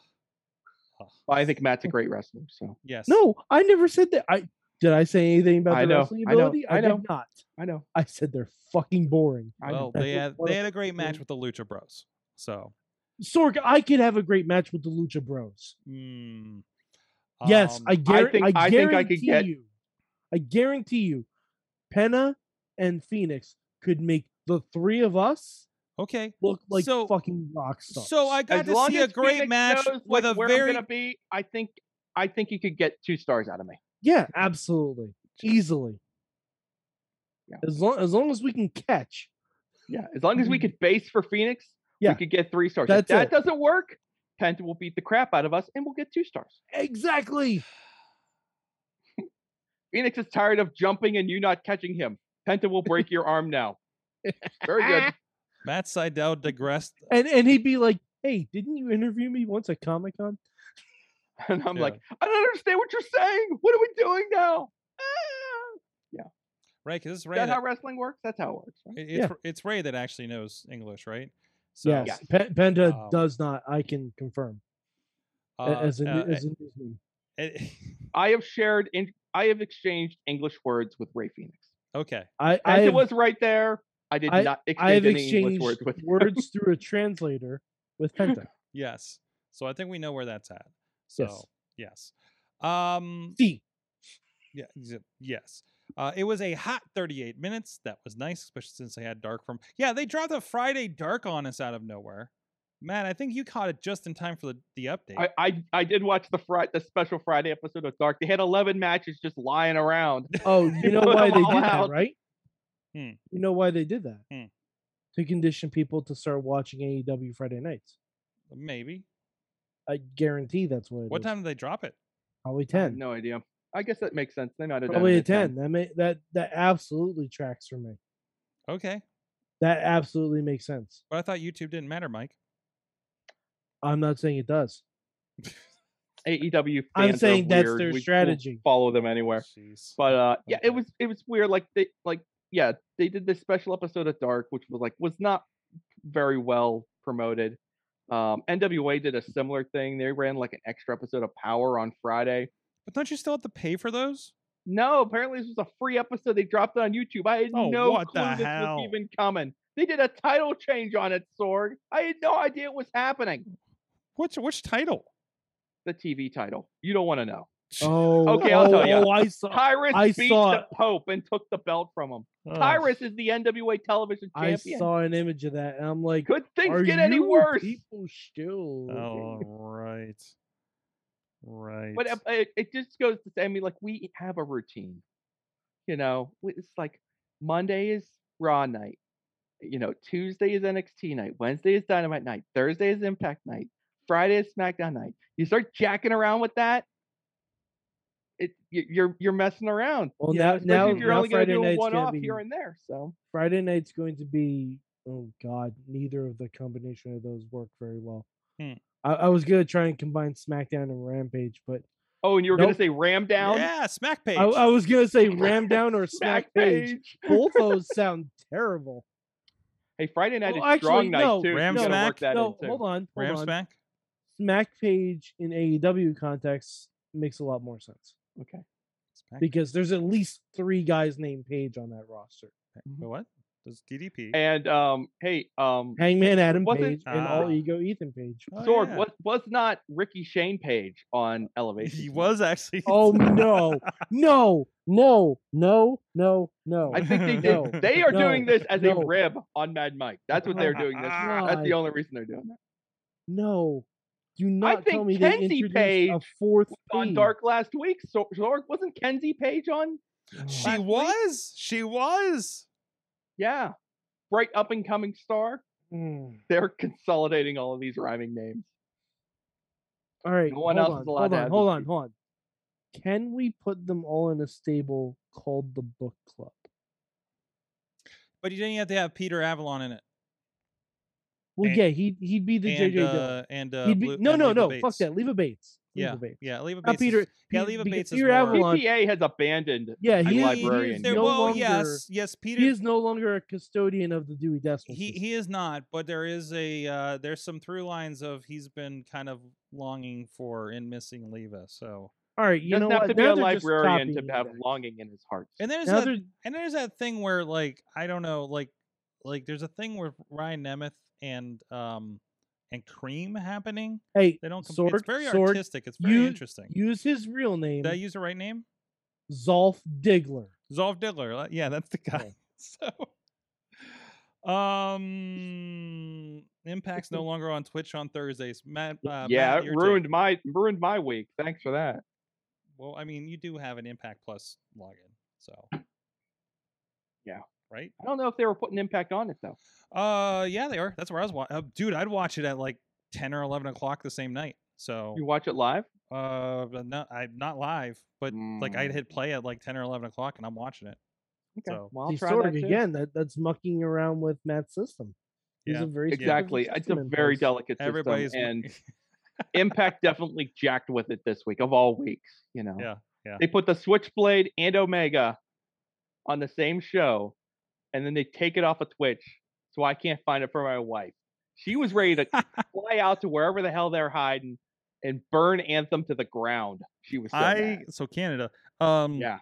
A: ugh.
C: Well, I think Matt's a great wrestler, so
A: Yes.
B: No, I never said that. I did. I say anything about
C: I
B: their
C: know,
B: wrestling
C: I know,
B: ability.
C: I know.
B: did not.
C: I know.
B: I said they're fucking boring.
C: I
A: Well,
C: know.
A: they
B: That's
A: had
B: what
A: they
B: I
A: had a great match
B: do.
A: with the Lucha Bros. So.
B: Sorg, I could have a great match with the Lucha Bros.
A: Mm,
B: Yes, I,
A: um,
B: guar- I,
C: think- I think I could
B: guarantee
C: get-
B: you. I guarantee you, Penna and Phoenix could make the three of us
A: Okay.
B: look like
A: So-
B: fucking rock stars.
A: So I got
C: as
A: to
C: long
A: see a
C: as
A: great
C: Phoenix
A: match
C: knows,
A: with a
C: like, where I'm
A: very
C: gonna be. I think I think you could get two stars out of me.
B: yeah, absolutely, easily.
C: Yeah.
B: As long as long as we can catch,
C: Yeah, as long as we could base for Phoenix,
B: Mm-hmm. Yeah.
C: we could get three stars.
B: That's
C: if that
B: it.
C: doesn't work, Penta will beat the crap out of us, and we'll get two stars.
B: exactly.
C: Phoenix is tired of jumping and you not catching him. Penta will break your arm now. Very good.
A: Matt Seidel digressed.
B: And and he'd be like, "Hey, didn't you interview me once at Comic Con?"
C: And I'm
A: Yeah.
C: like, I don't understand what you're saying. What are we doing now? Ah."
A: Right, because it's
C: Is
A: Ray.
C: that
A: That,
C: how wrestling works? That's how it works.
A: it-
C: right?
A: it's,
B: Yeah.
A: R- it's Ray that actually knows English, right? So,
B: Yes,
C: Yes.
B: Pe- Penta
A: Um,
B: does not. I can confirm a-
A: uh,
B: as a,
A: uh,
B: new as a newsman.
A: it-
C: I have shared in I have exchanged English words with Ray Phoenix.
A: okay.
B: I I
C: As it
B: have-
C: was right there, I did
B: I-
C: not exchange
B: I have
C: any
B: exchanged
C: English words with
B: words through a translator with Penta.
A: Yes. So I think we know where that's at.
B: Yes.
A: So yes. Um.
B: See,
A: Yeah. exa- Yes. Uh, it was a hot 38 minutes. That was nice, especially since they had dark from. Yeah, they dropped a Friday dark on us out of nowhere. Matt, I think you caught it just in time for the, the update.
C: I, I, I did watch the Friday, the special Friday episode of Dark. They had 11 matches just lying around.
B: Oh, you know
C: put
B: why they
C: them
B: did
C: all
B: that,
C: out.
B: right?
A: Hmm.
B: You know why they did that?
A: Hmm.
B: To condition people to start watching AEW Friday nights.
A: Maybe.
B: I guarantee that's what it
A: What
B: is.
A: time did they drop it?
B: Probably
C: I have
B: ten.
C: No idea. I guess that makes sense. They might have done
B: Probably
C: it
B: a
C: at
B: ten. That may, that that absolutely tracks for me.
A: Okay.
B: That absolutely makes sense.
A: But I thought YouTube didn't matter, Mike.
B: I'm not saying it does.
C: AEW.
B: I'm
C: E fans are
B: saying that's
C: weird.
B: their
C: We- we'll
B: strategy.
C: Follow them anywhere.
A: Jeez.
C: But uh, yeah, it
A: Okay.
C: was it was weird. Like they like yeah, they did this special episode of Dark, which was like was not very well promoted. Um, NWA did a similar thing. They ran like an extra episode of Power on Friday.
A: But don't you still have to pay for those?
C: No, apparently this was a free episode. They dropped it on YouTube. I had
A: Oh,
C: no
A: what
C: clue
A: the
C: this
A: hell?
C: was even coming. They did a title change on it, Sorg. I had no idea it was happening.
A: Which which title?
C: The TV title. You don't want to know.
B: Oh,
C: Okay, I'll
B: oh,
C: tell ya.
B: Oh, I saw.
C: Tyrus
B: I
C: beat
B: saw
C: the Pope and took the belt from him. Tyrus is the NWA television
B: I
C: champion.
B: saw an image of that, and I'm like,
C: Could things
B: are
C: get any
B: you
C: worse?
B: People still.
A: Oh, right. Right.
C: But it- it, it just goes to say, I mean, like we have a routine, you know. we- It's like Monday is Raw night, you know. Tuesday is NXT night. Wednesday is Dynamite night. Thursday is Impact night. Friday is SmackDown night. You start jacking around with that, it you- you're you're messing around.
B: Well,
C: you
B: now-
C: especially
B: now-
C: if you're
B: now
C: only gonna
B: Friday
C: do a
B: night's
C: one
B: gonna
C: off here
B: be-
C: and there, so
B: Friday night's going to be oh god, neither of the combination of those work very well.
A: Hmm.
B: I, I was gonna try and combine SmackDown and Rampage, but
C: oh, and you were
B: Nope.
C: gonna say Ram down, Oh,
A: yeah, smack page.
B: I, I was gonna say Ram Down or Smack Page.
C: Page.
B: Both those sound terrible.
C: Hey, Friday night
B: Well,
C: is strong
B: actually,
C: night
B: no,
C: too.
A: Ram
C: you gotta
A: Smack?
C: work that
B: no,
C: in too.
B: hold on, hold
A: Ram
B: on.
A: smack.
B: Smack Page in AEW context makes a lot more sense
C: Okay.
A: Smack.
B: because there's at least three guys named Page on that roster.
A: Wait, what? Does DDP?
C: And um, hey, um,
B: Hangman Adam
C: Wasn't-
B: Page and All
A: Ah.
B: Ego Ethan Page.
A: Oh,
C: Sorg
A: yeah.
C: was was not Ricky Shane Page on Elevation.
A: He was actually.
B: Oh no, no, no, no, no, no.
C: I think they did.
B: No,
C: They are doing
B: no,
C: this as
B: no.
C: a rib on Mad Mike. That's what they're doing this. for. That's the
B: God.
C: only reason they're doing that.
B: No, do not tell
C: think
B: me
C: Kenzie
B: they introduced a
C: Page
B: fourth
C: On
B: theme.
C: Dark last week, Sor- Sorg wasn't Kenzie Page on?
A: She
C: last week?
A: was. She was.
C: Yeah, bright up and coming star.
B: Mm.
C: They're consolidating all of these rhyming names.
B: All right,
C: No one
B: hold
C: else
B: on,
C: is allowed
B: hold
C: to
B: on,
C: have
B: hold
C: this
B: on, hold on. Can we put them all in a stable called the Book Club?
A: But you didn't have to have Peter Avalon in it.
B: Well,
A: And-
B: yeah, he'd he'd be the
A: and
B: JJ. Dillon.
A: uh, and uh,
B: he'd be
A: Blue-
B: no,
A: and
B: no,
A: Leva
B: no.
A: Bates.
B: Fuck that. Leave a Bates. Leave
A: Yeah,
B: a Bates.
A: yeah. Leva Bates.
B: Not Peter.
A: Is, yeah,
B: Pe-
A: Leva
B: because
A: Bates is
B: Peter
A: more-
B: Avalon.
C: PPA has abandoned.
B: Yeah,
A: I
B: he,
A: mean,
B: is- he
C: librarian
B: is
A: he's there-
B: no
C: job.
A: well,
B: longer.
A: yes, yes. Peter.
B: he is no longer a custodian of the Dewey Decimal.
A: he,
B: System.
A: he is not, but there is a uh, there's some through lines of he's been kind of longing for and missing Leva. So
B: All right, you know
C: Doesn't have
B: what?
C: to be
B: Now
C: a
B: they're just
C: librarian to
B: copying you
C: have
B: guys.
C: longing in his heart.
A: and there's
B: Now
A: that,
B: they're
A: and there's that thing where like I don't know like like there's a thing with Ryan Nemeth and um and Cream happening.
B: hey,
A: They don't. Comp-
B: Sorg,
A: it's very
B: Sorg,
A: artistic. It's very
B: you-
A: interesting.
B: use his real name,
A: Did I use the right name?
B: Zolf Diggler.
A: Zolf Diddler. uh, Yeah, that's the guy. So, um, Impact's no longer on Twitch on Thursdays. Matt, uh,
C: yeah,
A: Matt,
C: it
A: your
C: ruined
A: take.
C: my ruined my week. Thanks for that.
A: Well, I mean, you do have an Impact Plus login, so
C: Yeah.
A: right.
C: I don't know if they were putting impact on it though.
A: Uh, yeah, they are. That's where I was watching. Uh, dude, I'd watch it at like ten or eleven o'clock the same night. So,
C: You watch it live?
A: uh, but not I not live, but like
C: Mm.
A: I'd hit play at like ten or eleven o'clock, and I'm watching it.
C: Okay.
A: So,
C: well, I'll
B: See,
C: try
B: Sorg
C: that too.
B: again. That that's mucking around with Matt's system. He's
A: Yeah,
B: a very specific
C: Exactly. It's a
B: system in
C: very
B: place.
C: delicate system,
A: everybody's
C: and Impact definitely jacked with it this week of all weeks. You know,
A: Yeah, yeah.
C: They put the Switchblade and Omega on the same show, and then they take it off of Twitch, so I can't find it for my wife. She was ready to fly out to wherever the hell they're hiding and burn Anthem to the ground. She was. So
A: I
C: mad.
A: so Canada. Um,
C: Yeah.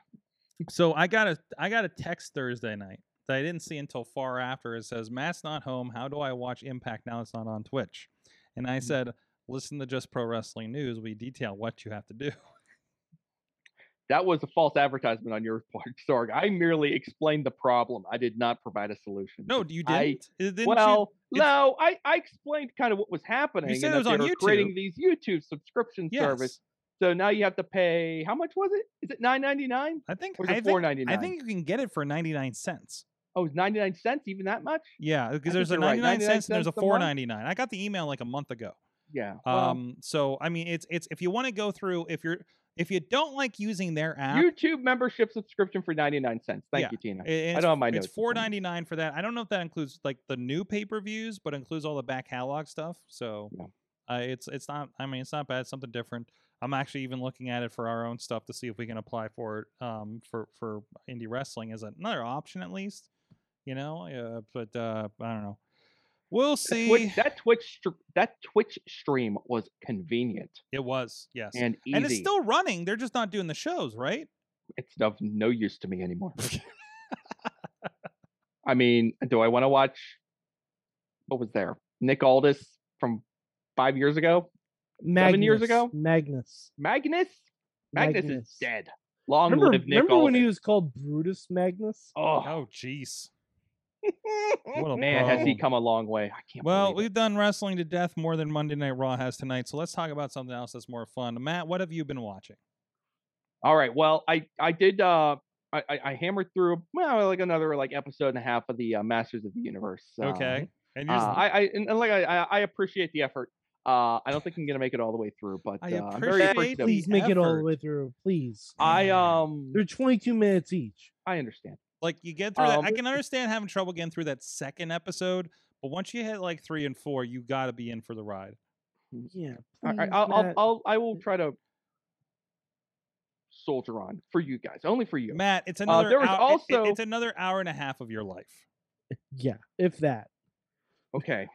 A: So I got a I got a text Thursday night that I didn't see until far after. It says Matt's not home. How do I watch Impact now? It's not on Twitch. And
C: Mm.
A: I said, listen to Just Pro Wrestling News. We detail what you have to do.
C: That was a false advertisement on your part, Sorg. I merely explained the problem. I did not provide a solution.
A: No, you
C: I-
A: didn't. Uh, didn't you-
C: well,
A: it's-
C: no, I, I explained kind of what was happening.
A: said
C: and
A: it
C: that
A: was
C: they
A: on
C: were
A: YouTube.
C: creating these YouTube subscription
A: yes.
C: service. So now you have to pay. How much was it? Is it nine ninety nine?
A: I think
C: Or is
A: I
C: it
A: think
C: four ninety
A: I
C: nine?
A: think you can get it for 99 cents.
C: Oh, it's ninety nine cents. Even that much?
A: Yeah, because
C: think
A: there's a
C: you're right.
A: 99,
C: 99
A: cents and there's a
C: cents a month?
A: 4.99. I got the email like a month ago.
C: Yeah. well,
A: Um so I mean it's it's if you want to go through if you're if you don't like using their app
C: YouTube membership subscription for ninety nine cents. Thank
A: Yeah.
C: you, Tina.
A: i- it's,
C: I don't have my
A: it's
C: notes.
A: four ninety nine for that. I don't know if that includes like the new pay per views, but includes all the back catalog stuff. So
C: Yeah.
A: uh, it's it's not. I mean, it's not bad. It's something different. I'm actually even looking at it for our own stuff to see if we can apply for it um, for for indie wrestling as another option at least. You know, uh, but uh, I don't know. We'll
C: That
A: see.
C: Twitch, that Twitch str- that Twitch stream was convenient
A: it was yes,
C: and easy.
A: and it's still running. They're just not doing the shows, right?
C: it's of no use to me anymore. I mean, do I want to watch what was there? Nick Aldis from five years ago?
B: Magnus,
C: years ago?
B: Magnus.
C: Magnus? Magnus, is
B: Magnus.
C: dead. Long
B: Remember,
C: live Nick
B: remember
C: Aldis.
B: when he was called Brutus Magnus?
C: oh,
A: Oh, jeez. What a
C: man, has he
A: problem.
C: come a long way? I can't
A: Well,
C: believe
A: we've done wrestling to death more than Monday Night Raw has tonight, so let's talk about something else that's more fun. Matt, what have you been watching?
C: it. All right. Well, I I did uh I, I- I hammered through well like another like episode and a half of the uh, Masters of the Universe. uh,
A: okay, and
C: Uh,
A: you just,
C: I, I and and like I, I I appreciate the effort. Uh, I don't think I'm gonna make it all the way through, but
A: I
C: uh, I'm very
A: appreciate
C: appreciative.
A: the
B: Please make it all the
A: effort.
B: way through. Please.
C: I um,
B: They're 22 minutes each.
C: I understand.
A: like you get through that. I
C: um,
A: can understand having trouble getting through that second episode, but once you hit like three and four, you got to be in for the ride.
B: Yeah.
C: All right,
B: please,
C: I'll, I'll,
B: Matt.
C: I'll I will try to soldier on for you guys, only for you.
A: Matt, it's another
C: Uh, there was
A: hour, it- it-
C: also-
A: it's another hour and a half of your life.
B: yeah, if that.
C: Okay.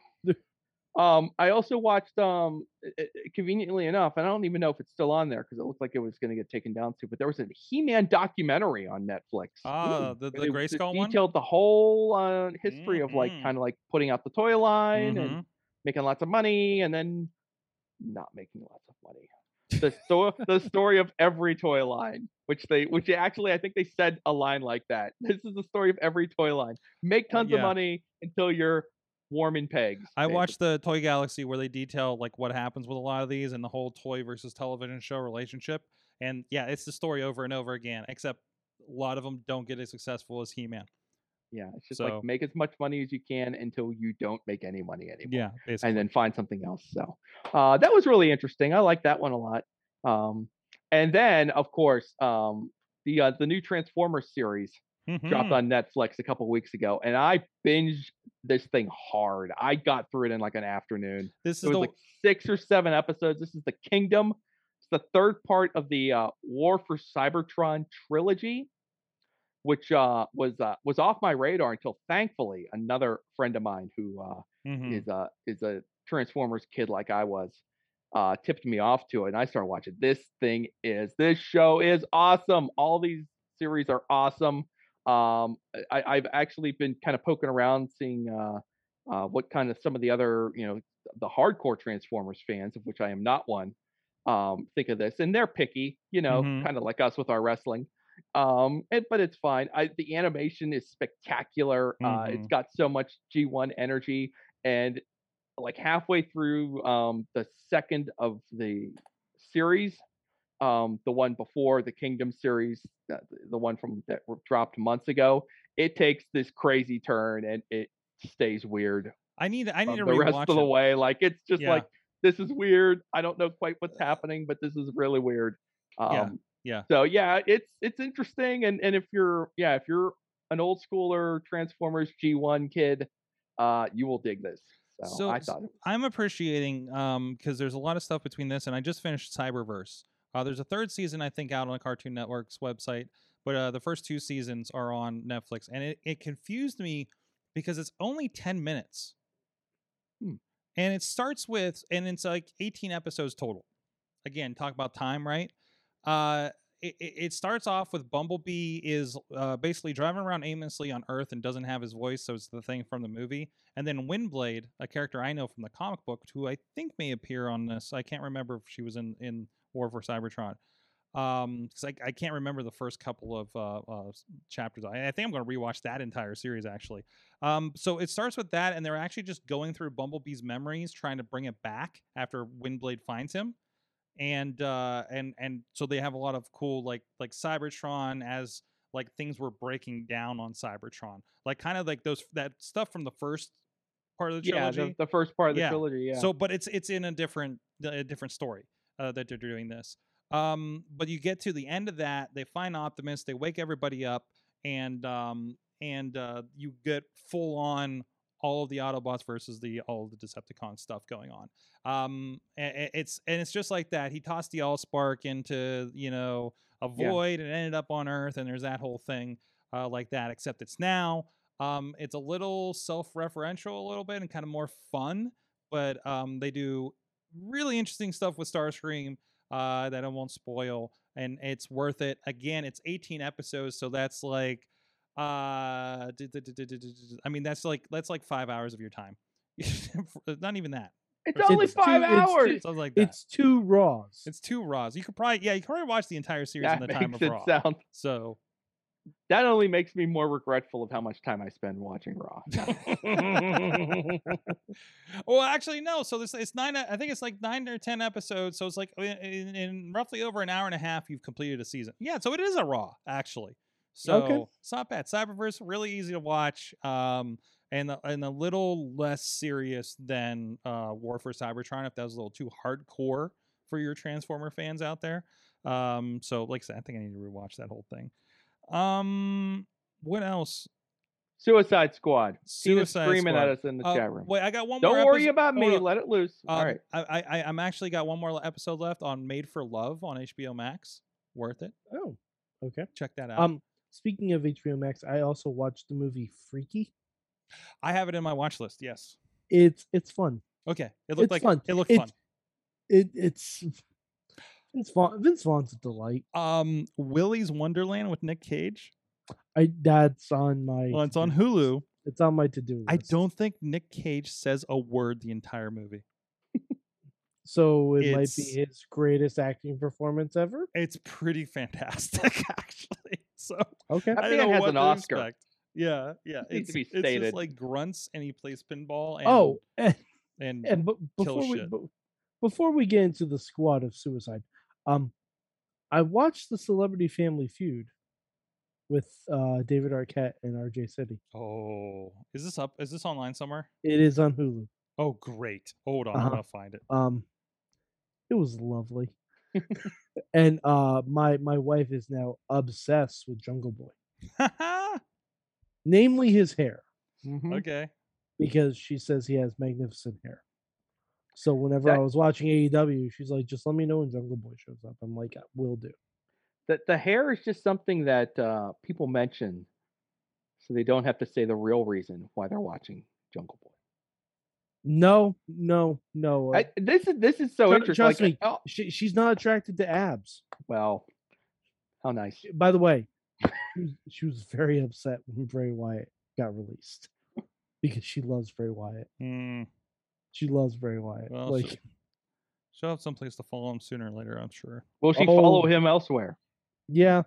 C: Um, I also watched um, i- i- conveniently enough, and I don't even know if it's still on there because it looked like it was going to get taken down soon. But there was a He-Man documentary on Netflix.
A: Ah, the-
C: and
A: the
C: it was- it
A: Grayskull one?
C: detailed the whole uh, history of like
A: Mhm.
C: kind of like putting out the toy line and
A: Mhm.
C: making lots of money and then not making lots of money. The story, the story of every toy line, which they, which they actually, I think they said a line like that. This is the story of every toy line. Make tons
A: Uh, yeah.
C: of money until you're warming pegs.
A: I
C: basically.
A: watched the Toy Galaxy where they detail like what happens with a lot of these and the whole toy versus television show relationship. And yeah, it's the story over and over again, except a lot of them don't get as successful as He-Man.
C: Yeah, it's just
A: So-
C: like make as much money as you can until you don't make any money anymore,
A: Yeah, basically.
C: and then find something else. So uh, that was really interesting. I like that one a lot. Um, and then, of course, um, the uh, the new Transformers series dropped
A: Mhm.
C: on Netflix a couple weeks ago, and I binged this thing hard. I got through it in like an afternoon.
A: This is
C: It was
A: the
C: like six or seven episodes. This is the Kingdom. It's the third part of the uh, War for Cybertron trilogy, which uh, was uh, was off my radar until thankfully another friend of mine who uh,
A: mhm.
C: is a is a Transformers kid like I was, uh, tipped me off to it, and I started watching. This thing is this show is awesome. All these series are awesome. Um, I, I've actually been kind of poking around, seeing uh, uh, what kind of some of the other you know the hardcore Transformers fans, of which I am not one, um, think of this, and they're picky, you know,
A: Mhm.
C: kind of like us with our wrestling. Um, it, but it's fine. I, the animation is spectacular. Uh, it's
A: Mhm.
C: got so much G1 energy, and like halfway through um, the second of the series, um, the one before the Kingdom series, uh, the one from that were dropped months ago, it takes this crazy turn and it stays weird
A: I need I need
C: um,
A: to
C: the rest
A: rewatch
C: of the
A: it.
C: way. Like it's just
A: Yeah. Uh,
C: like this is weird. I don't know quite what's happening, but this is really weird. Um,
A: Yeah, yeah.
C: So yeah, it's it's interesting, and and if you're yeah if you're an old schooler Transformers G1 kid, uh, you will dig this. So,
A: So
C: I
A: s-
C: thought it
A: I'm appreciating um because there's a lot of stuff between this and I just finished Cyberverse. Uh, there's a third season I think out on the Cartoon Network's website, but uh, the first two seasons are on Netflix, and it, it confused me because it's only ten minutes,
C: Hmm.
A: and it starts with and it's like 18 episodes total. Again, talk about time, right? Uh, it, it it starts off with Bumblebee is uh, basically driving around aimlessly on Earth and doesn't have his voice, so it's the thing from the movie. And then Windblade, a character I know from the comic book, who I think may appear on this. I can't remember if she was in in War for Cybertron. um because I, I can't remember the first couple of uh, uh s- chapters I, I think i'm going to rewatch that entire series actually um so it starts with that and they're actually just going through bumblebee's memories trying to bring it back after windblade finds him and uh and and so they have a lot of cool like like cybertron as like things were breaking down on cybertron like kind of like those that stuff from the first part of the
C: yeah,
A: trilogy
C: the, the first part of the
A: Yeah.
C: trilogy. Yeah.
A: so, but it's it's in a different a different story uh, that they're doing this. Um, but you get to the end of that, they find Optimus, they wake everybody up, and um, and uh, you get full on all of the Autobots versus the all of the Decepticon stuff going on. Um, a- a- it's and it's just like that. He tossed the Allspark into you know a
C: Yeah.
A: void and ended up on Earth, and there's that whole thing uh, like that. Except it's now. Um, it's a little self-referential, a little bit, and kind of more fun but um, they do really interesting stuff with Starscream uh, that I won't spoil, and it's worth it. Again, it's 18 episodes, so that's like, uh, d- d- d- d- d- d- d- I mean, that's like that's like five hours of your time. Not even that.
C: it's
A: it's
C: only
A: too-
C: five
B: it's too-
C: hours.
A: Something like that. It's,
B: It's two Raws.
A: two Raws. You could probably yeah, you could probably watch the entire series
C: that
A: in the time
C: makes
A: of
C: it
A: Raw.
C: sound.
A: So
C: That only makes me more regretful of how much time I spend watching Raw.
A: well, actually, no. So this it's nine. I think it's like nine or ten episodes. So it's like in, in, in roughly over an hour and a half, you've completed a season. Yeah. So it is a raw actually. So
B: Okay.
A: it's not bad. Cyberverse really easy to watch. Um, and a- and a little less serious than uh, War for Cybertron. If that was a little too hardcore for your Transformer fans out there. Um, so like I said, I think I need to rewatch that whole thing. Um, what else?
C: Suicide Squad. Tina's
A: Suicide
C: screaming at
A: Squad.
C: us in the
A: Uh,
C: chat room.
A: Wait, I got one.
C: Don't
A: more
C: worry
A: episode-
C: about
A: hold
C: me.
A: up.
C: Let it loose. All
A: Um,
C: right.
A: I, I, I- I'm actually got one more le- episode left on Made for Love on HBO Max. Worth it.
B: Oh, okay.
A: Check that out.
B: Um, speaking of HBO Max, I also watched the movie Freaky.
A: I have it in my watch list. Yes.
B: It's it's fun.
A: Okay. It looked
B: It's
A: like
B: fun.
A: it looked
B: It's- It it's Vince Vaughn. Vince Vaughn's a delight.
A: fun. Um, Willy's Wonderland with Nick Cage.
B: I that's on my.
A: Well, it's
B: to-do
A: on
B: list.
A: Hulu.
B: It's on my to do.
A: I don't think Nick Cage says a word the entire movie.
B: So it might
A: It's-
B: be his greatest acting performance ever.
A: It's pretty fantastic, actually. So
B: Okay.
C: I
A: I don't
C: think it
A: know
C: has
A: what
C: an
A: to
C: Oscar.
A: expect. Yeah, yeah.
C: Needs to be
A: it's
C: stated.
A: just like grunts, and he plays pinball. And,
B: oh, and,
A: and
B: and but before we
A: shit.
B: but, before we get into the squad of suicide, um, I watched the Celebrity Family Feud with uh David Arquette and R.J. City.
A: oh, is this up? Is this online somewhere?
B: It is on Hulu.
A: Oh, great. Hold on. I'm
B: Uh-huh.
A: going to find it.
B: Um, it was lovely. and uh, my my wife is now obsessed with Jungle Boy, Hmm. namely his hair, Mm-hmm.
A: okay.
B: because she says he has magnificent hair. So whenever I
C: That-
B: was watching AEW, she's like, "Just let me know when Jungle Boy shows up." I'm like, "I "Will do."
C: The, the hair is just something that uh, people mention so they don't have to say the real reason why they're watching Jungle Boy.
B: No, no, no. uh,
C: I, this is this is so
B: Tru-
C: interesting.
B: trust
C: like,
B: me.
C: oh,
B: she, she's not attracted to abs.
C: well, how nice.
B: By the way, she was, she was very upset when Bray Wyatt got released because she loves Bray Wyatt.
A: Mm,
B: She loves Bray Wyatt.
A: Well,
B: like.
A: she- she'll have someplace to follow him sooner or later, I'm sure.
C: Will she follow
B: Oh.
C: him elsewhere?
B: Yeah.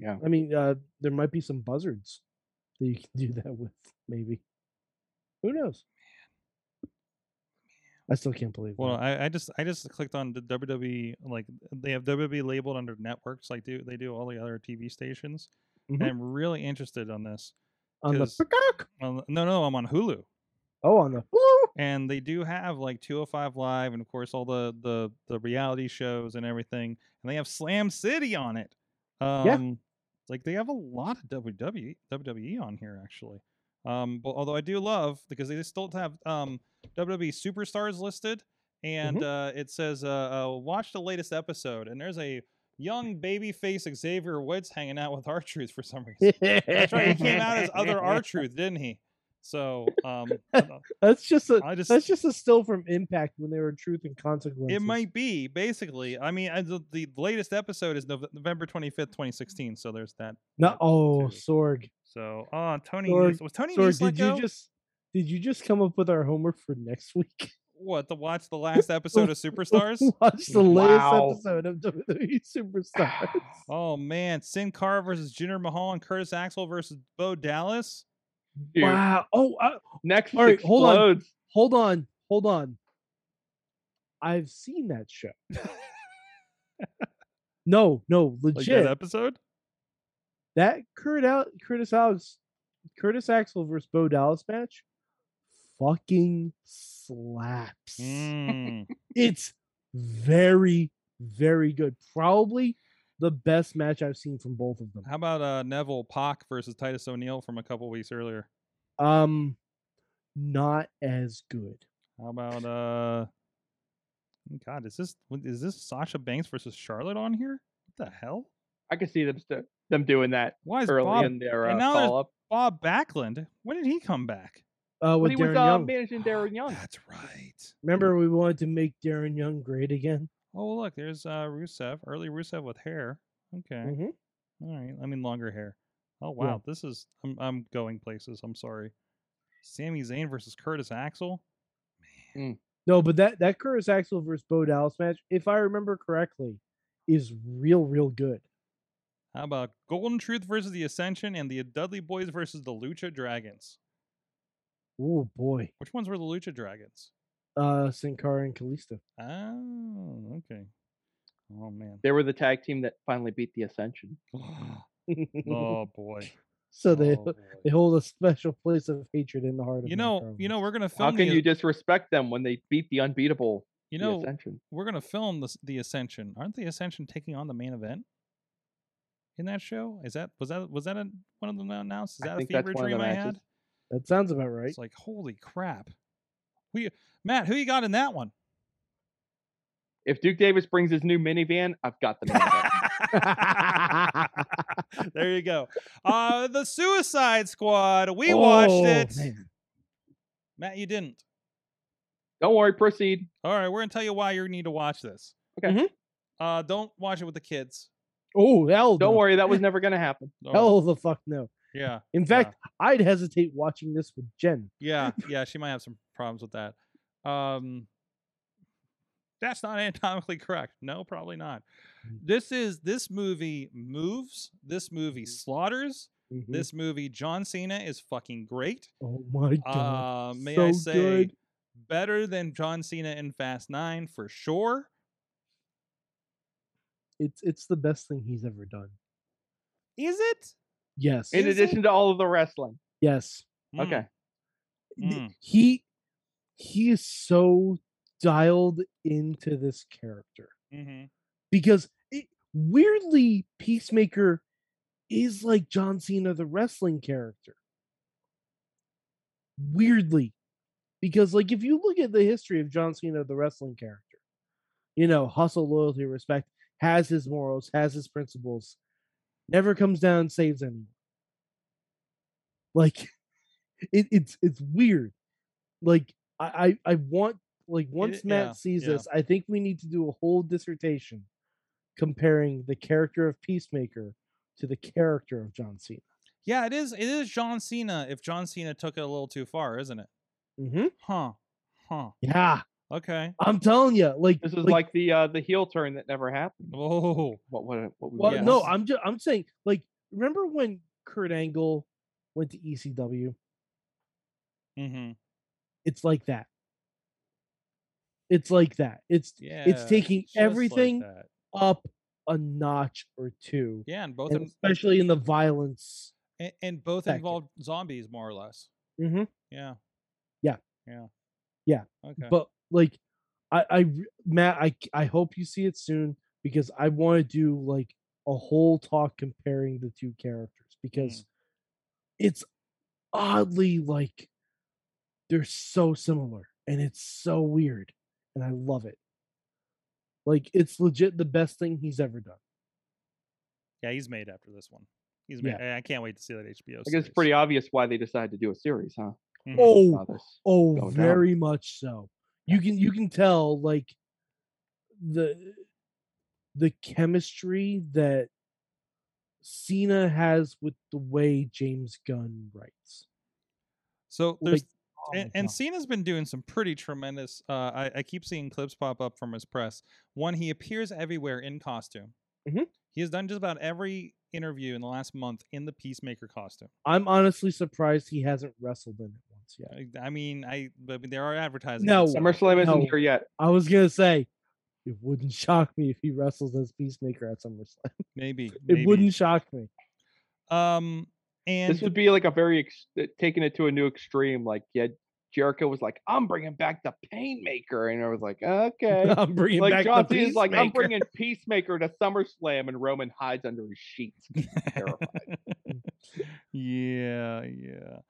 C: Yeah.
B: I mean, uh, there might be some buzzards that you can do that with, maybe. Who knows? I still can't believe
A: Well,
B: that.
A: I, I just I just clicked on the WWE like they have WWE labeled under networks like do they do all the other TV stations.
B: Mhm.
A: And I'm really interested on this.
B: on the
A: because-
B: peacock.
A: On- no, no, I'm on Hulu.
B: Oh, on the Hulu.
A: and they do have like 205 live and of course all the the the reality shows and everything and they have slam city on it um like they have a lot of E, wwe wwe on here actually um but although i do love because they still have um wwe superstars listed and uh it says uh, uh watch the latest episode and there's a young baby face xavier woods hanging out with our truth for some reason that's right he came out as other r truth didn't he so um
B: That's just a
A: i just
B: that's just a still from Impact when they were Truth and Consequences.
A: It might be basically. I mean, I, the, the latest episode is Nov- November twenty fifth, twenty sixteen. So there's that.
B: not. Oh,
A: too.
B: Sorg.
A: So oh, Tony
B: Sorg-
A: Nese- was Tony
B: Sorg,
A: Nese let
B: did you
A: go?
B: just did you just come up with our homework for next week?
A: what to watch the last episode of Superstars?
B: Watch the latest
C: Wow.
B: episode of WWE Superstars.
A: Oh man, Sin Cara versus Jinder Mahal and Curtis Axel versus Bo Dallas.
C: Dude,
B: wow. Oh, uh,
C: Next
B: All right, hold on.
C: explodes.
B: hold on, hold on. I've seen that show. no, no,
A: Like
B: legit.
A: that episode?
B: that Kurt out Curtis Alex Curtis Axel versus Bo Dallas match fucking slaps.
A: Mm.
B: It's very, very good. Probably the best match I've seen from both of them.
A: How about uh, Neville Pock versus Titus O'Neil from a couple weeks earlier?
B: Um not as good.
A: How about uh God, is this what- is this Sasha Banks versus Charlotte on here? What the hell?
C: I can see them st- them doing that
A: Why is
C: early
A: Bob,
C: in their
A: and
C: uh,
A: now there's
C: call up.
A: Bob Backlund? When did he come back? Ah,
B: Uh
C: But
B: with
C: he
B: Darren
C: was uh,
B: Young.
C: managing Darren Young.
A: That's right.
B: Remember we wanted to make Darren Young great again?
A: Oh look, there's uh Rusev, early Rusev with hair. Okay.
C: Mm.
B: Mhm.
A: All right. I mean, longer hair. Oh
B: Yeah.
A: wow, this is I'm I'm going places. I'm sorry. Sami Zayn versus Curtis Axel.
B: No, but that that Curtis Axel versus Bo Dallas match, if I remember correctly, is real, real good.
A: How about Golden Truth versus the Ascension and the Dudley Boys versus the Lucha Dragons?
B: Oh boy.
A: Which ones were the Lucha Dragons?
B: Uh, Sin Cara and Kalisto.
A: Oh, okay. Oh man.
C: They were the tag team that finally beat the Ascension.
A: oh boy.
B: so they
A: Oh,
B: they
A: boy.
B: hold a special place of hatred in the heart of
A: You
B: Matt
A: know,
B: Garland.
A: you know, we're gonna
C: How
A: film.
C: can
A: the,
C: you disrespect them when they beat the unbeatable
A: you
C: the
A: know,
C: Ascension?
A: we're gonna film the the Ascension. Aren't the Ascension taking on the main event in that show? Is that was that was that a, one of them announced? Is
C: I
A: that a
C: think that's
A: fever
C: one of the
A: dream I had?
C: matches.
B: that sounds about right.
A: It's like holy crap. Who you, Matt? Who you got in that one?
C: If Duke Davis brings his new minivan, I've got the minivan.
A: there you go. Uh, the Suicide Squad. We watched
B: Oh,
A: it.
B: man.
A: Matt, you didn't.
C: Don't worry, proceed.
A: All right, we're gonna tell you why you need to watch this.
C: Okay.
B: Mhm.
A: Uh, don't watch it with the kids.
B: Oh hell,
C: Don't
B: no.
C: worry, that was never going to happen.
A: Oh,
B: Hell the fuck no.
A: Yeah.
B: In fact, I'd hesitate watching this with Jen.
A: Yeah. Yeah. She might have some problems with that. Um, that's not anatomically correct. No, probably not.
B: Mm.
A: This is this movie moves. This
B: Mm.
A: movie slaughters.
B: Mhm.
A: This movie, John Cena is fucking great.
B: Oh my god.
A: Uh, may
B: so
A: I say,
B: good.
A: better than John Cena in Fast Nine for sure.
B: It's it's the best thing he's ever done.
A: Is it?
B: Yes.
C: In
A: Is
C: addition to all of the wrestling.
B: yes.
A: Mm,
C: Okay.
B: Th-
A: Mm.
B: He he is so dialed into this character.
A: mhm.
B: because it, weirdly peacemaker is like john cena the wrestling character weirdly because like if you look at the history of john cena the wrestling character you know hustle loyalty respect has his morals has his principles never comes down and saves anyone like it, it's it's weird like i i, I want like once matt
A: yeah,
B: sees
A: yeah.
B: this i think we need to do a whole dissertation comparing the character of Peacemaker to the character of John Cena.
A: Yeah, it is. It is John Cena. If John Cena took it a little too far, isn't it?
B: Mm-hmm.
A: Huh. Huh.
B: Yeah,
A: Okay.
B: I'm telling you, like
C: This is like, the uh, the heel turn that never happened.
A: Oh.
C: What what, what we
B: well,
C: witnessed.
B: no, I'm just I'm saying like remember when Kurt Angle went to E ECW?
A: Mm-hmm.
B: It's like that. It's like that. It's
A: Yeah.
B: taking
A: just like
B: everything-
A: that.
B: up a notch or two,
A: Yeah, and both
B: and
A: in,
B: especially in the violence.
A: and, and both
B: factor.
A: involved zombies, more or less.
B: Mm-hmm.
A: Yeah.
B: Yeah.
A: Yeah.
B: Yeah,
A: Okay.
B: But like, I, I re- Matt, I c- I hope you see it soon because I want to do like a whole talk comparing the two characters because it's oddly like they're so similar and it's so weird and I love it. Like it's legit the best thing he's ever done.
A: yeah, he's made after this one. He's made.
B: Yeah.
A: I can't wait to see that HBO.
C: I guess it's
A: series.
C: pretty obvious why they decided to do a series, huh?
A: Mhm.
B: Oh,
C: About this.
B: oh,
C: go down.
B: very much so. You can you can tell like the the chemistry that Cena has with the way James Gunn writes.
A: So
B: Like,
A: there's
B: Oh my
A: and, and
B: God.
A: Cena's been doing some pretty tremendous. Uh, I, I keep seeing clips pop up from his press. One, he appears everywhere in costume.
B: Mm-hmm.
C: Mhm.
A: He has done just about every interview in the last month in the Peacemaker costume.
B: I'm honestly surprised he hasn't wrestled in it once yet.
A: I, I mean, I but there are advertising.
B: No.
A: outside.
C: SummerSlam isn't
B: No.
C: here yet.
B: I was gonna say it wouldn't shock me if he wrestles as Peacemaker at SummerSlam.
A: maybe, it
B: It wouldn't shock me.
A: Um, and
C: This would be like a very ex- uh, taking it to a new extreme. Like, yeah, Jericho was like, "I'm bringing back the Painmaker," and I was like, "Okay."
B: I'm bringing
C: like
B: back
C: John
B: the
C: Cena's like, "I'm
B: Peacemaker."
C: bringing Peacemaker to SummerSlam," and Roman hides under his sheets. terrified.
A: yeah, yeah.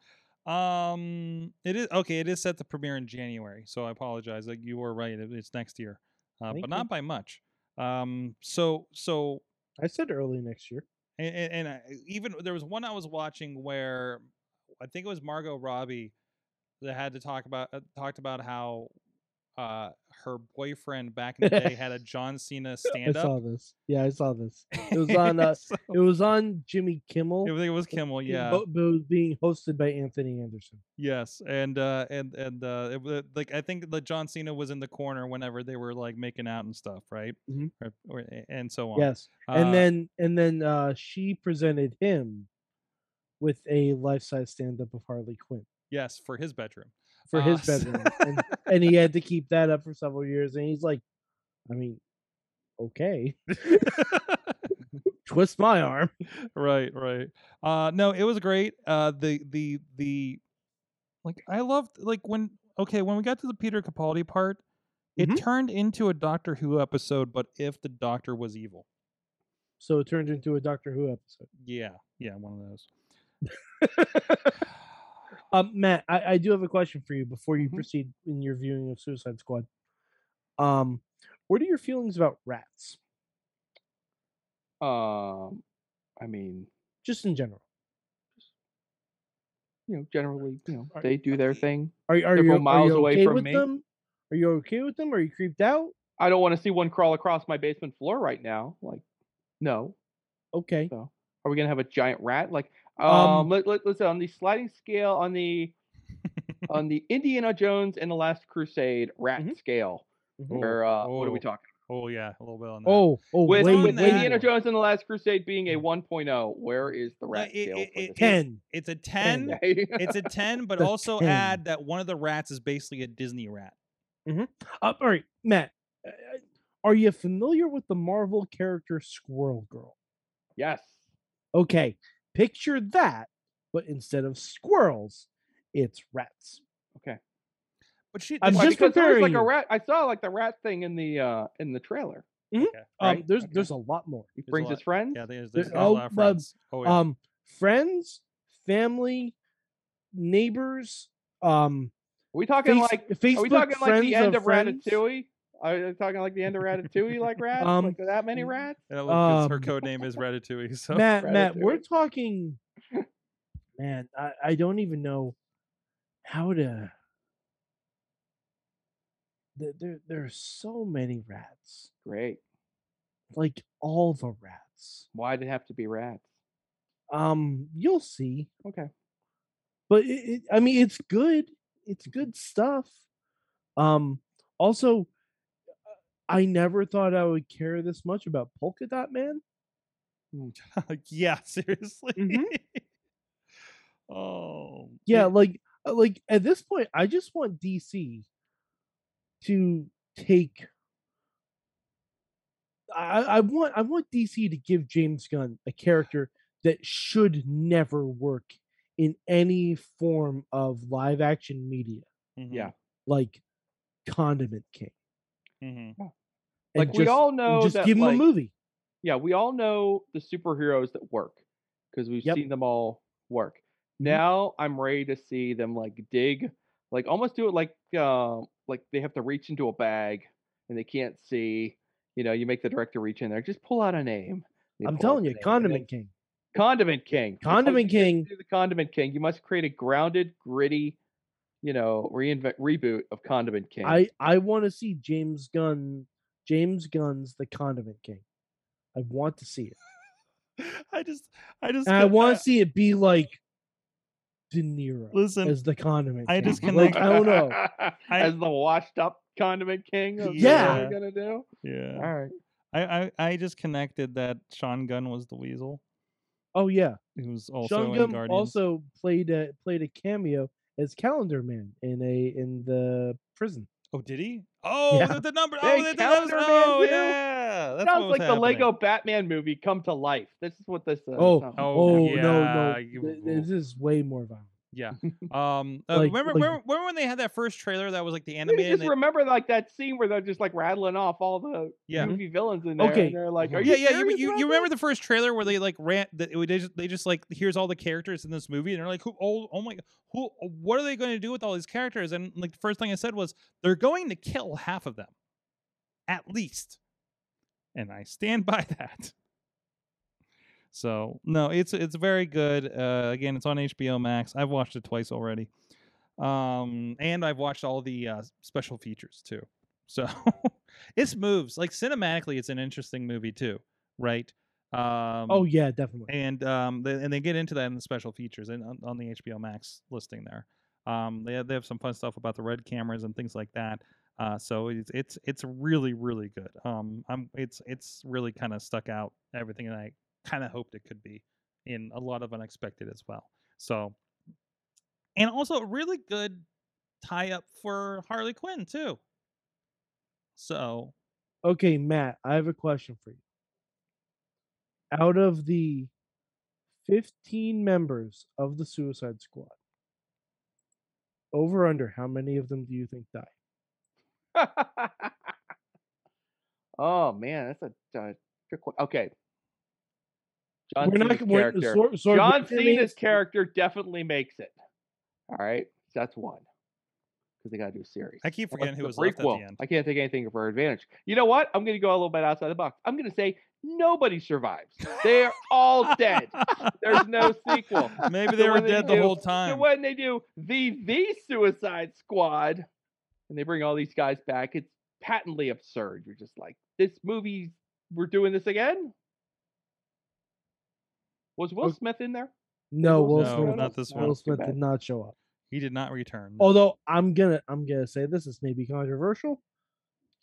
A: Um, it is okay. It is set to premiere in January, so I apologize. Like you were right, it- it's next year, uh,
B: Thank
A: but
B: you.
A: not by much. Um, so so
B: I said early next year.
A: and, and, and I, even there was one I was watching where I think it was Margot Robbie that had to talk about uh, talked about how uh her boyfriend back in the day had a John Cena stand
B: I saw
A: up.
B: this. Yeah, I saw this. It was on. Uh, it was on Jimmy Kimmel.
A: I think it was Kimmel,
B: being
A: yeah.
B: ho- but it was being hosted by Anthony Anderson.
A: Yes, and uh, and and uh, it, wa- like I think that John Cena was in the corner whenever they were like making out and stuff, right?
B: Mhm.
A: Or, or- a- and so on.
B: Yes,
A: Uh,
B: and then and then uh, she presented him with a life size stand up of Harley Quinn
A: yes, for his bedroom.
B: for his
A: Uh,
B: bedroom, and, and he had to keep that up for several years. And he's like, I mean, okay, twist my arm.
A: right, right. Uh, no, it was great. Uh, the the the like I loved like when okay when we got to the Peter Capaldi part, it
B: Mm-hmm.
C: Mhm.
A: turned into a Doctor Who episode, but if the Doctor was evil.
B: So it turned into a Doctor Who episode.
A: Yeah, yeah, one of those.
B: Um, Matt, I, I do have a question for you before you
C: Mhm.
B: proceed in your viewing of Suicide Squad. Um, what are your feelings about rats,
C: um, I mean,
B: just in general?
C: you know, generally, you know,
B: Are-
C: they do their thing.
B: Are, are
C: Several
B: you
C: miles
B: are you
C: away
B: okay
C: from
B: with
C: me.
B: them? Are you okay with them? Are you creeped out?
C: I don't want to see one crawl across my basement floor right now. Like, no.
B: Okay.
C: So, are we gonna have a giant rat? Like, um,
B: Um,
C: let, let, listen on the sliding scale on the on the Indiana Jones and the Last Crusade rat
B: Mhm.
C: scale.
B: Mhm.
C: Where uh, what are we
A: Oh.
C: talking?
A: Oh yeah, a little bit on that.
B: Oh, oh,
C: With,
B: way,
C: with
A: on
B: way
C: Indiana
B: more.
C: Jones and the Last Crusade being
B: Mm.
C: a 1.0, where is the rat
A: it- it-
C: scale? for
A: it-
C: this
B: ten.
A: It's a
B: Ten.
A: ten.
C: guy?
A: it's a 10 but
B: The
A: also
B: 10.
A: add that one of the rats is basically a disney rat
B: Uh, all right, Matt. uh, Are you familiar with the Marvel character Squirrel Girl?
C: yes.
B: Okay, picture that, but instead of squirrels, it's rats.
A: but she oh,
B: I'm
A: she-
C: Why,
B: just
C: because there was like a
B: preparing you.
C: rat. I saw like the rat thing in the uh in the trailer.
B: Um,
C: Right,
B: there's
C: okay.
B: there's a lot more.
C: He
A: a
C: brings
A: lot-
C: his friends.
A: yeah there's, there's, there's a
B: oh,
A: lot of
B: um,
A: friends oh yeah
B: Um, friends, family, neighbors. Um,
C: Are we talking
B: Face-
C: like
B: Facebook
C: Are we talking like
B: friends
C: the end of
B: friends?
C: Ratatouille? Are we talking like the end of Ratatouille, like rats?
B: Um,
C: like that many rats?
A: And I love- 'cause her
B: um,
A: code name is ratatouille so
B: Matt, Matt, we're
C: Ratatouille.
B: talking. Man, I, I don't even know how to. There, there, there are so many rats,
C: Great.
B: like all the rats.
C: Why did it have to be rats?
B: Um, you'll see,
C: Okay.
B: but it, it, I mean, it's good. It's good stuff. Um, also, uh, I never thought I would care this much about Polka Dot Man.
A: yeah seriously
C: Mhm.
A: oh
B: Mm-hmm. yeah like uh, like at this point i just want dc to take i i want i want dc to give james gunn a character that should never work in any form of live action media
A: mhm,
C: Yeah.
B: like condiment king
A: mhm.
B: and
C: Like we
B: just-
C: all
B: and
C: know
B: just
C: that
B: give him
C: like,
B: a movie
C: Yeah, we all know the superheroes that work because we've
B: Yep. Mm-hmm.
C: seen them all work. Now I'm ready to see them like dig, like almost do it like uh, like they have to reach into a bag and they can't see. You know, you make the director reach in there, just pull out a name. They
B: i'm
C: pull out
B: telling
C: the
B: you
C: name, and then-
B: condiment king
C: Condiment King. Before
B: Condiment
C: you can
B: King.
C: Do the Condiment King. You must create a grounded, gritty, you know, reinvent reboot of Condiment King.
B: i i want to see james gunn james gunn's the condiment king i want to see it
A: i just i just
B: And I
A: couldn't-
B: want to see it be like De Niro
A: Listen,
B: as the condiment.
A: I
B: king.
A: disconnect-
B: Like, I don't know.
A: I-
C: As the washed up condiment king. Of
B: Yeah.
C: What we're gonna do. All
A: Yeah.
C: right.
A: I, I, I just connected that Sean Gunn was the weasel,
B: Oh yeah,
A: who's also
B: Sean
A: in
B: Gunn
A: Guardians.
B: also played a played a cameo as Calendar Man in a in the prison.
A: oh, did he? Oh,
B: Yeah.
A: the, the number.
C: Hey,
A: oh, that, that was,
C: Calendar Man
A: oh
C: too?
A: yeah. That's
C: sounds
A: what was
C: like the
A: happening.
C: Lego Batman movie come to life. This is what this. Uh,
B: Oh,
C: sounds-
A: Oh,
B: Oh no
A: yeah,
B: no,
A: you-
B: th- th- this is way more violent.
A: Yeah. Um. uh,
B: Like-
A: remember,
B: like-
A: remember, remember when they had that first trailer that was like the
C: Maybe
A: animated?
C: just
A: and they-
C: remember like that scene where they're just like rattling off all the
A: Yeah.
C: movie villains in there.
B: Okay.
C: And they're like,
B: Mhm.
C: Are you
A: yeah, yeah. You,
C: serious
A: you,
C: about
A: you
C: this?"
A: remember the first trailer where they like rant that it would- they just they just like here's all the characters in this movie and they're like who oh, oh my who what are they going to do with all these characters and like the first thing I said was they're going to kill half of them at least, and I stand by that. So no, it's it's very good. Uh, again, it's on HBO Max. I've watched it twice already, um, and I've watched all the uh, special features too. So it's moves like cinematically. It's an interesting movie too, right? Um,
B: Oh yeah, definitely.
A: and um, they, and they get into that in the special features and on, on the HBO Max listing there. Um, they have, they have some fun stuff about the red cameras and things like that. Uh, so it's it's it's really really good. Um, I'm it's it's really kind of stuck out everything that I kind of hoped it could be, in a lot of unexpected as well. So, and also a really good tie up for Harley Quinn too. So
B: Okay, Matt, I have a question for you. Out of the 15 members of the Suicide Squad, over under, how many of them do you think die?
C: oh man, that's a uh, trick one. Okay. John
B: We're not
C: Cena's
B: g- we're-
C: character.
B: sor- sorry, we're
C: John
B: not naming-
C: Cena's character definitely makes it. All right, so that's one. Because they got to do a series.
A: I keep
C: Unless
A: forgetting who was
C: it's a
A: left at
C: prequel.
A: the end.
C: I can't take anything for advantage. You know what? I'm going to go a little bit outside the box. I'm going to say nobody survives. They're all dead. There's no sequel.
A: Maybe
C: So
A: they were
C: when they
A: dead the
C: do-
A: whole
C: So
A: time.
C: when they do the the Suicide Squad, and they bring all these guys back, it's patently absurd. You're just like, this movie, we're doing this again. Was Will
A: Oh.
B: Okay.
C: Smith in there?
B: No,
C: Will
B: Will
A: No,
B: Smith,
A: not this
C: No,
A: one.
B: Will
C: too
B: Smith
C: bad.
B: did not show up.
A: He did not return.
C: Hmm.
A: no.
B: Although I'm gonna I'm gonna say this is maybe controversial.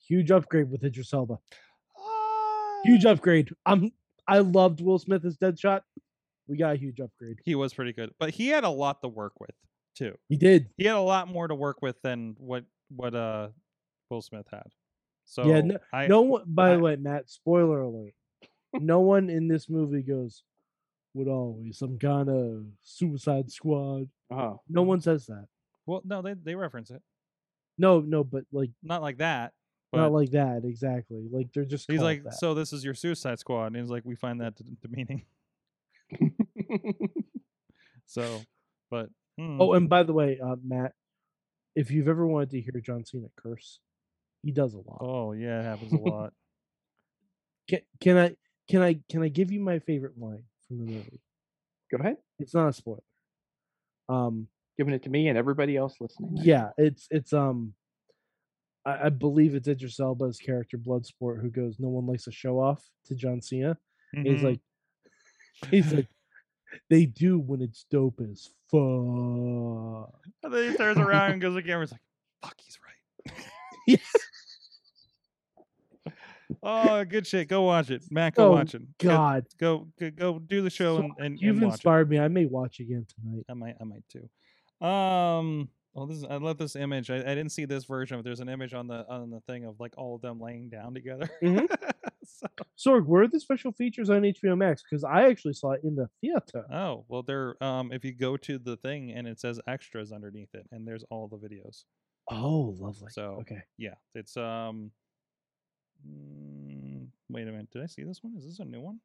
B: Huge upgrade with Idris Elba. Huge
A: Uh,
B: upgrade. I'm I loved Will Smith as Deadshot. We got a huge upgrade.
A: He was pretty good, but he had a lot to work with too.
B: He did.
A: He had a lot more to work with than what what uh Will Smith had. So
B: no-
A: I,
B: no one by
A: I-
B: the way matt spoiler alert no one in this movie goes would always some kind of suicide squad
A: Uh-huh.
C: Oh.
B: no
A: Hmm.
B: one says that
A: well, no, they they reference it,
B: no no but like
A: not like that. But
B: not like that exactly like they're just
A: he's
B: called
A: like,
B: that.
A: so this is your Suicide Squad, and he's like, we find that d- demeaning. So, but mm,
B: oh and by the way uh, matt if you've ever wanted to hear john cena curse he does a lot
A: oh yeah, it happens a lot.
B: can, can i can i can i give you my favorite line from the movie
C: Go ahead.
B: it's not a spoiler um
C: Giving it to me and everybody else listening. right
B: Yeah, it's it's um, I, I believe it's Idris Elba's character Bloodsport who goes, "No one likes a show off" to John Cena. And He's
A: Mhm.
B: like, he's like, they do when it's dope as fuck.
A: And then he turns around and goes to the camera. He's like, "Fuck, he's right."
B: Yes.
A: oh, good shit. Go watch it, Matt. Go
B: Oh,
A: watch it. Go-
B: God,
A: go go, go do the show
B: So
A: and, and,
B: you've
A: and watch. It.
B: inspired me. I may watch again tonight.
A: I might I might too. Um. Well, this is, I love this image. I, I didn't see this version, but there's an image on the on the thing of like all of them laying down together.
B: Mm-hmm.
A: So-
B: Sorg, where are the special features on HBO Max? Because I actually saw it in the theater.
A: oh well, they're um if you go to the thing and it says extras underneath it, and there's all the videos.
B: Oh, lovely.
A: So-
B: okay,
A: Yeah, it's um. mm, Wait a minute. Did I see this one? Is this a new one?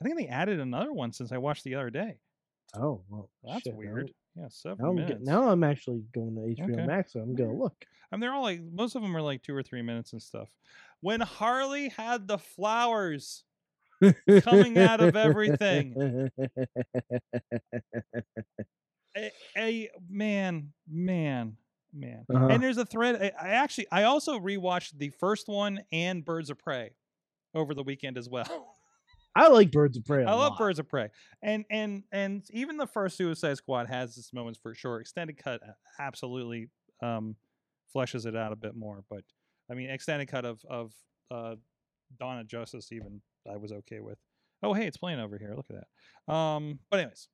A: I think they added another one since I watched the other day.
B: oh, well,
A: That's
B: shit, now-
A: weird. Yeah, seven
B: Now I'm, get-
A: minutes.
B: now I'm actually going to HBO
A: Okay.
B: Max. So I'm gonna
A: Alright.
B: look.
A: I mean, they're all like most of them are like two or three minutes and stuff. When Harley had the flowers, coming out of everything. a, a- man, man, man.
B: Uh-huh.
A: And there's a thread. I, I actually, I also rewatched the first one and Birds of Prey over the weekend as well.
B: I like Birds of Prey. I
A: I love Birds of Prey, and and and even the first Suicide Squad has its moments for sure. Extended cut a- absolutely um, fleshes it out a bit more, but I mean, extended cut of of uh, Dawn of Justice even I was okay with. Oh hey, it's playing over here. Look at that. Um, but anyways,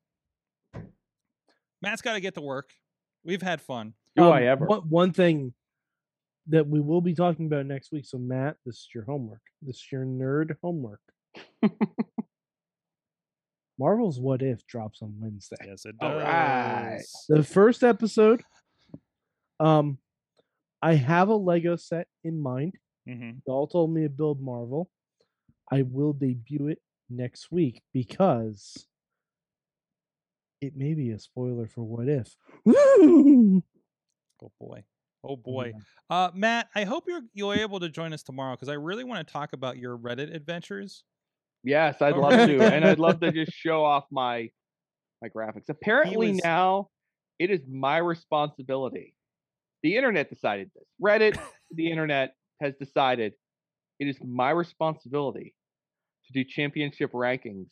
A: Matt's got to get to work. We've had fun.
C: Do I
A: Um,
C: ever?
B: One, one thing that we will be talking about next week. So Matt, this is your homework. This is your nerd homework. Marvel's What If drops on Wednesday.
A: Yes, it does.
C: All right.
B: The first episode. Um, I have a Lego set in mind.
A: hmm
B: Y'all told me to build Marvel. I will debut it next week because it may be a spoiler for What If. Woo!
A: Oh boy. Oh boy. Uh, Matt, I hope you're you're able to join us tomorrow because I really want to talk about your Reddit adventures.
C: Yes, I'd
A: Oh,
C: love
A: really?
C: to, and I'd love to just show off my my graphics. Apparently
A: was-
C: now it is my responsibility. The internet decided this. Reddit, the internet has decided it is my responsibility to do championship rankings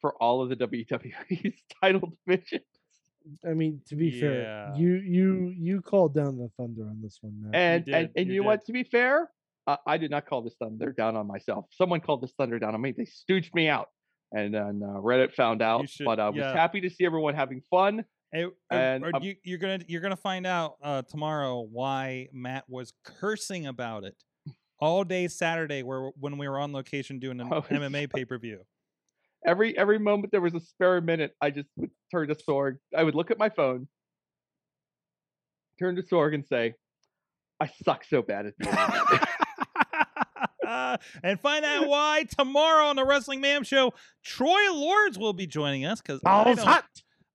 C: for all of the WWE's title division.
B: I mean, to be fair,
A: Yeah.
B: you you you called down the thunder on this one, Matt.
C: And and,
A: did,
C: and
A: you
C: you know what? To be fair, uh, I did not call this thunder down on myself. Someone called this thunder down on me. They stooged me out, and then uh, Reddit found out.
A: should-
C: but I was
A: yeah.
C: happy to see everyone having fun.
A: Eh, eh,
C: And,
A: or
C: um,
A: you, you're gonna you're gonna find out uh, tomorrow why Matt was cursing about it all day Saturday, where when we were on location doing an
C: Oh,
A: MMA pay per view.
C: Every every moment there was a spare minute, I just would turn to Sorg. I would look at my phone, turn to Sorg, and say, "I suck so bad at this."
A: and find out why tomorrow on the Wrestling Ma'am Show, Troy Lords will be joining us because
B: All's hot.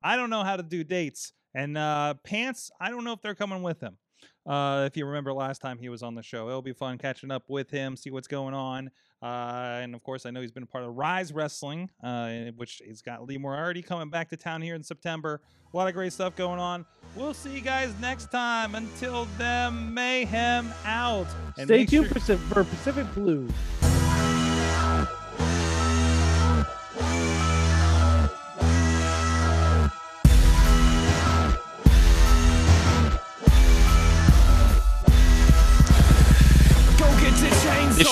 A: I don't know how to do dates. And uh, Pants, I don't know if they're coming with him. Uh, if you remember last time he was on the show, it'll be fun catching up with him, see what's going on. Uh, and of course, I know he's been a part of Rise Wrestling, uh, and- which he's got Lee Moriarty coming back to town here in September. A lot of great stuff going on. We'll see you guys next time. Until then, mayhem out. And
B: Stay
A: make
B: tuned
A: sure-
B: for, Paci- for Pacific Blue.
D: This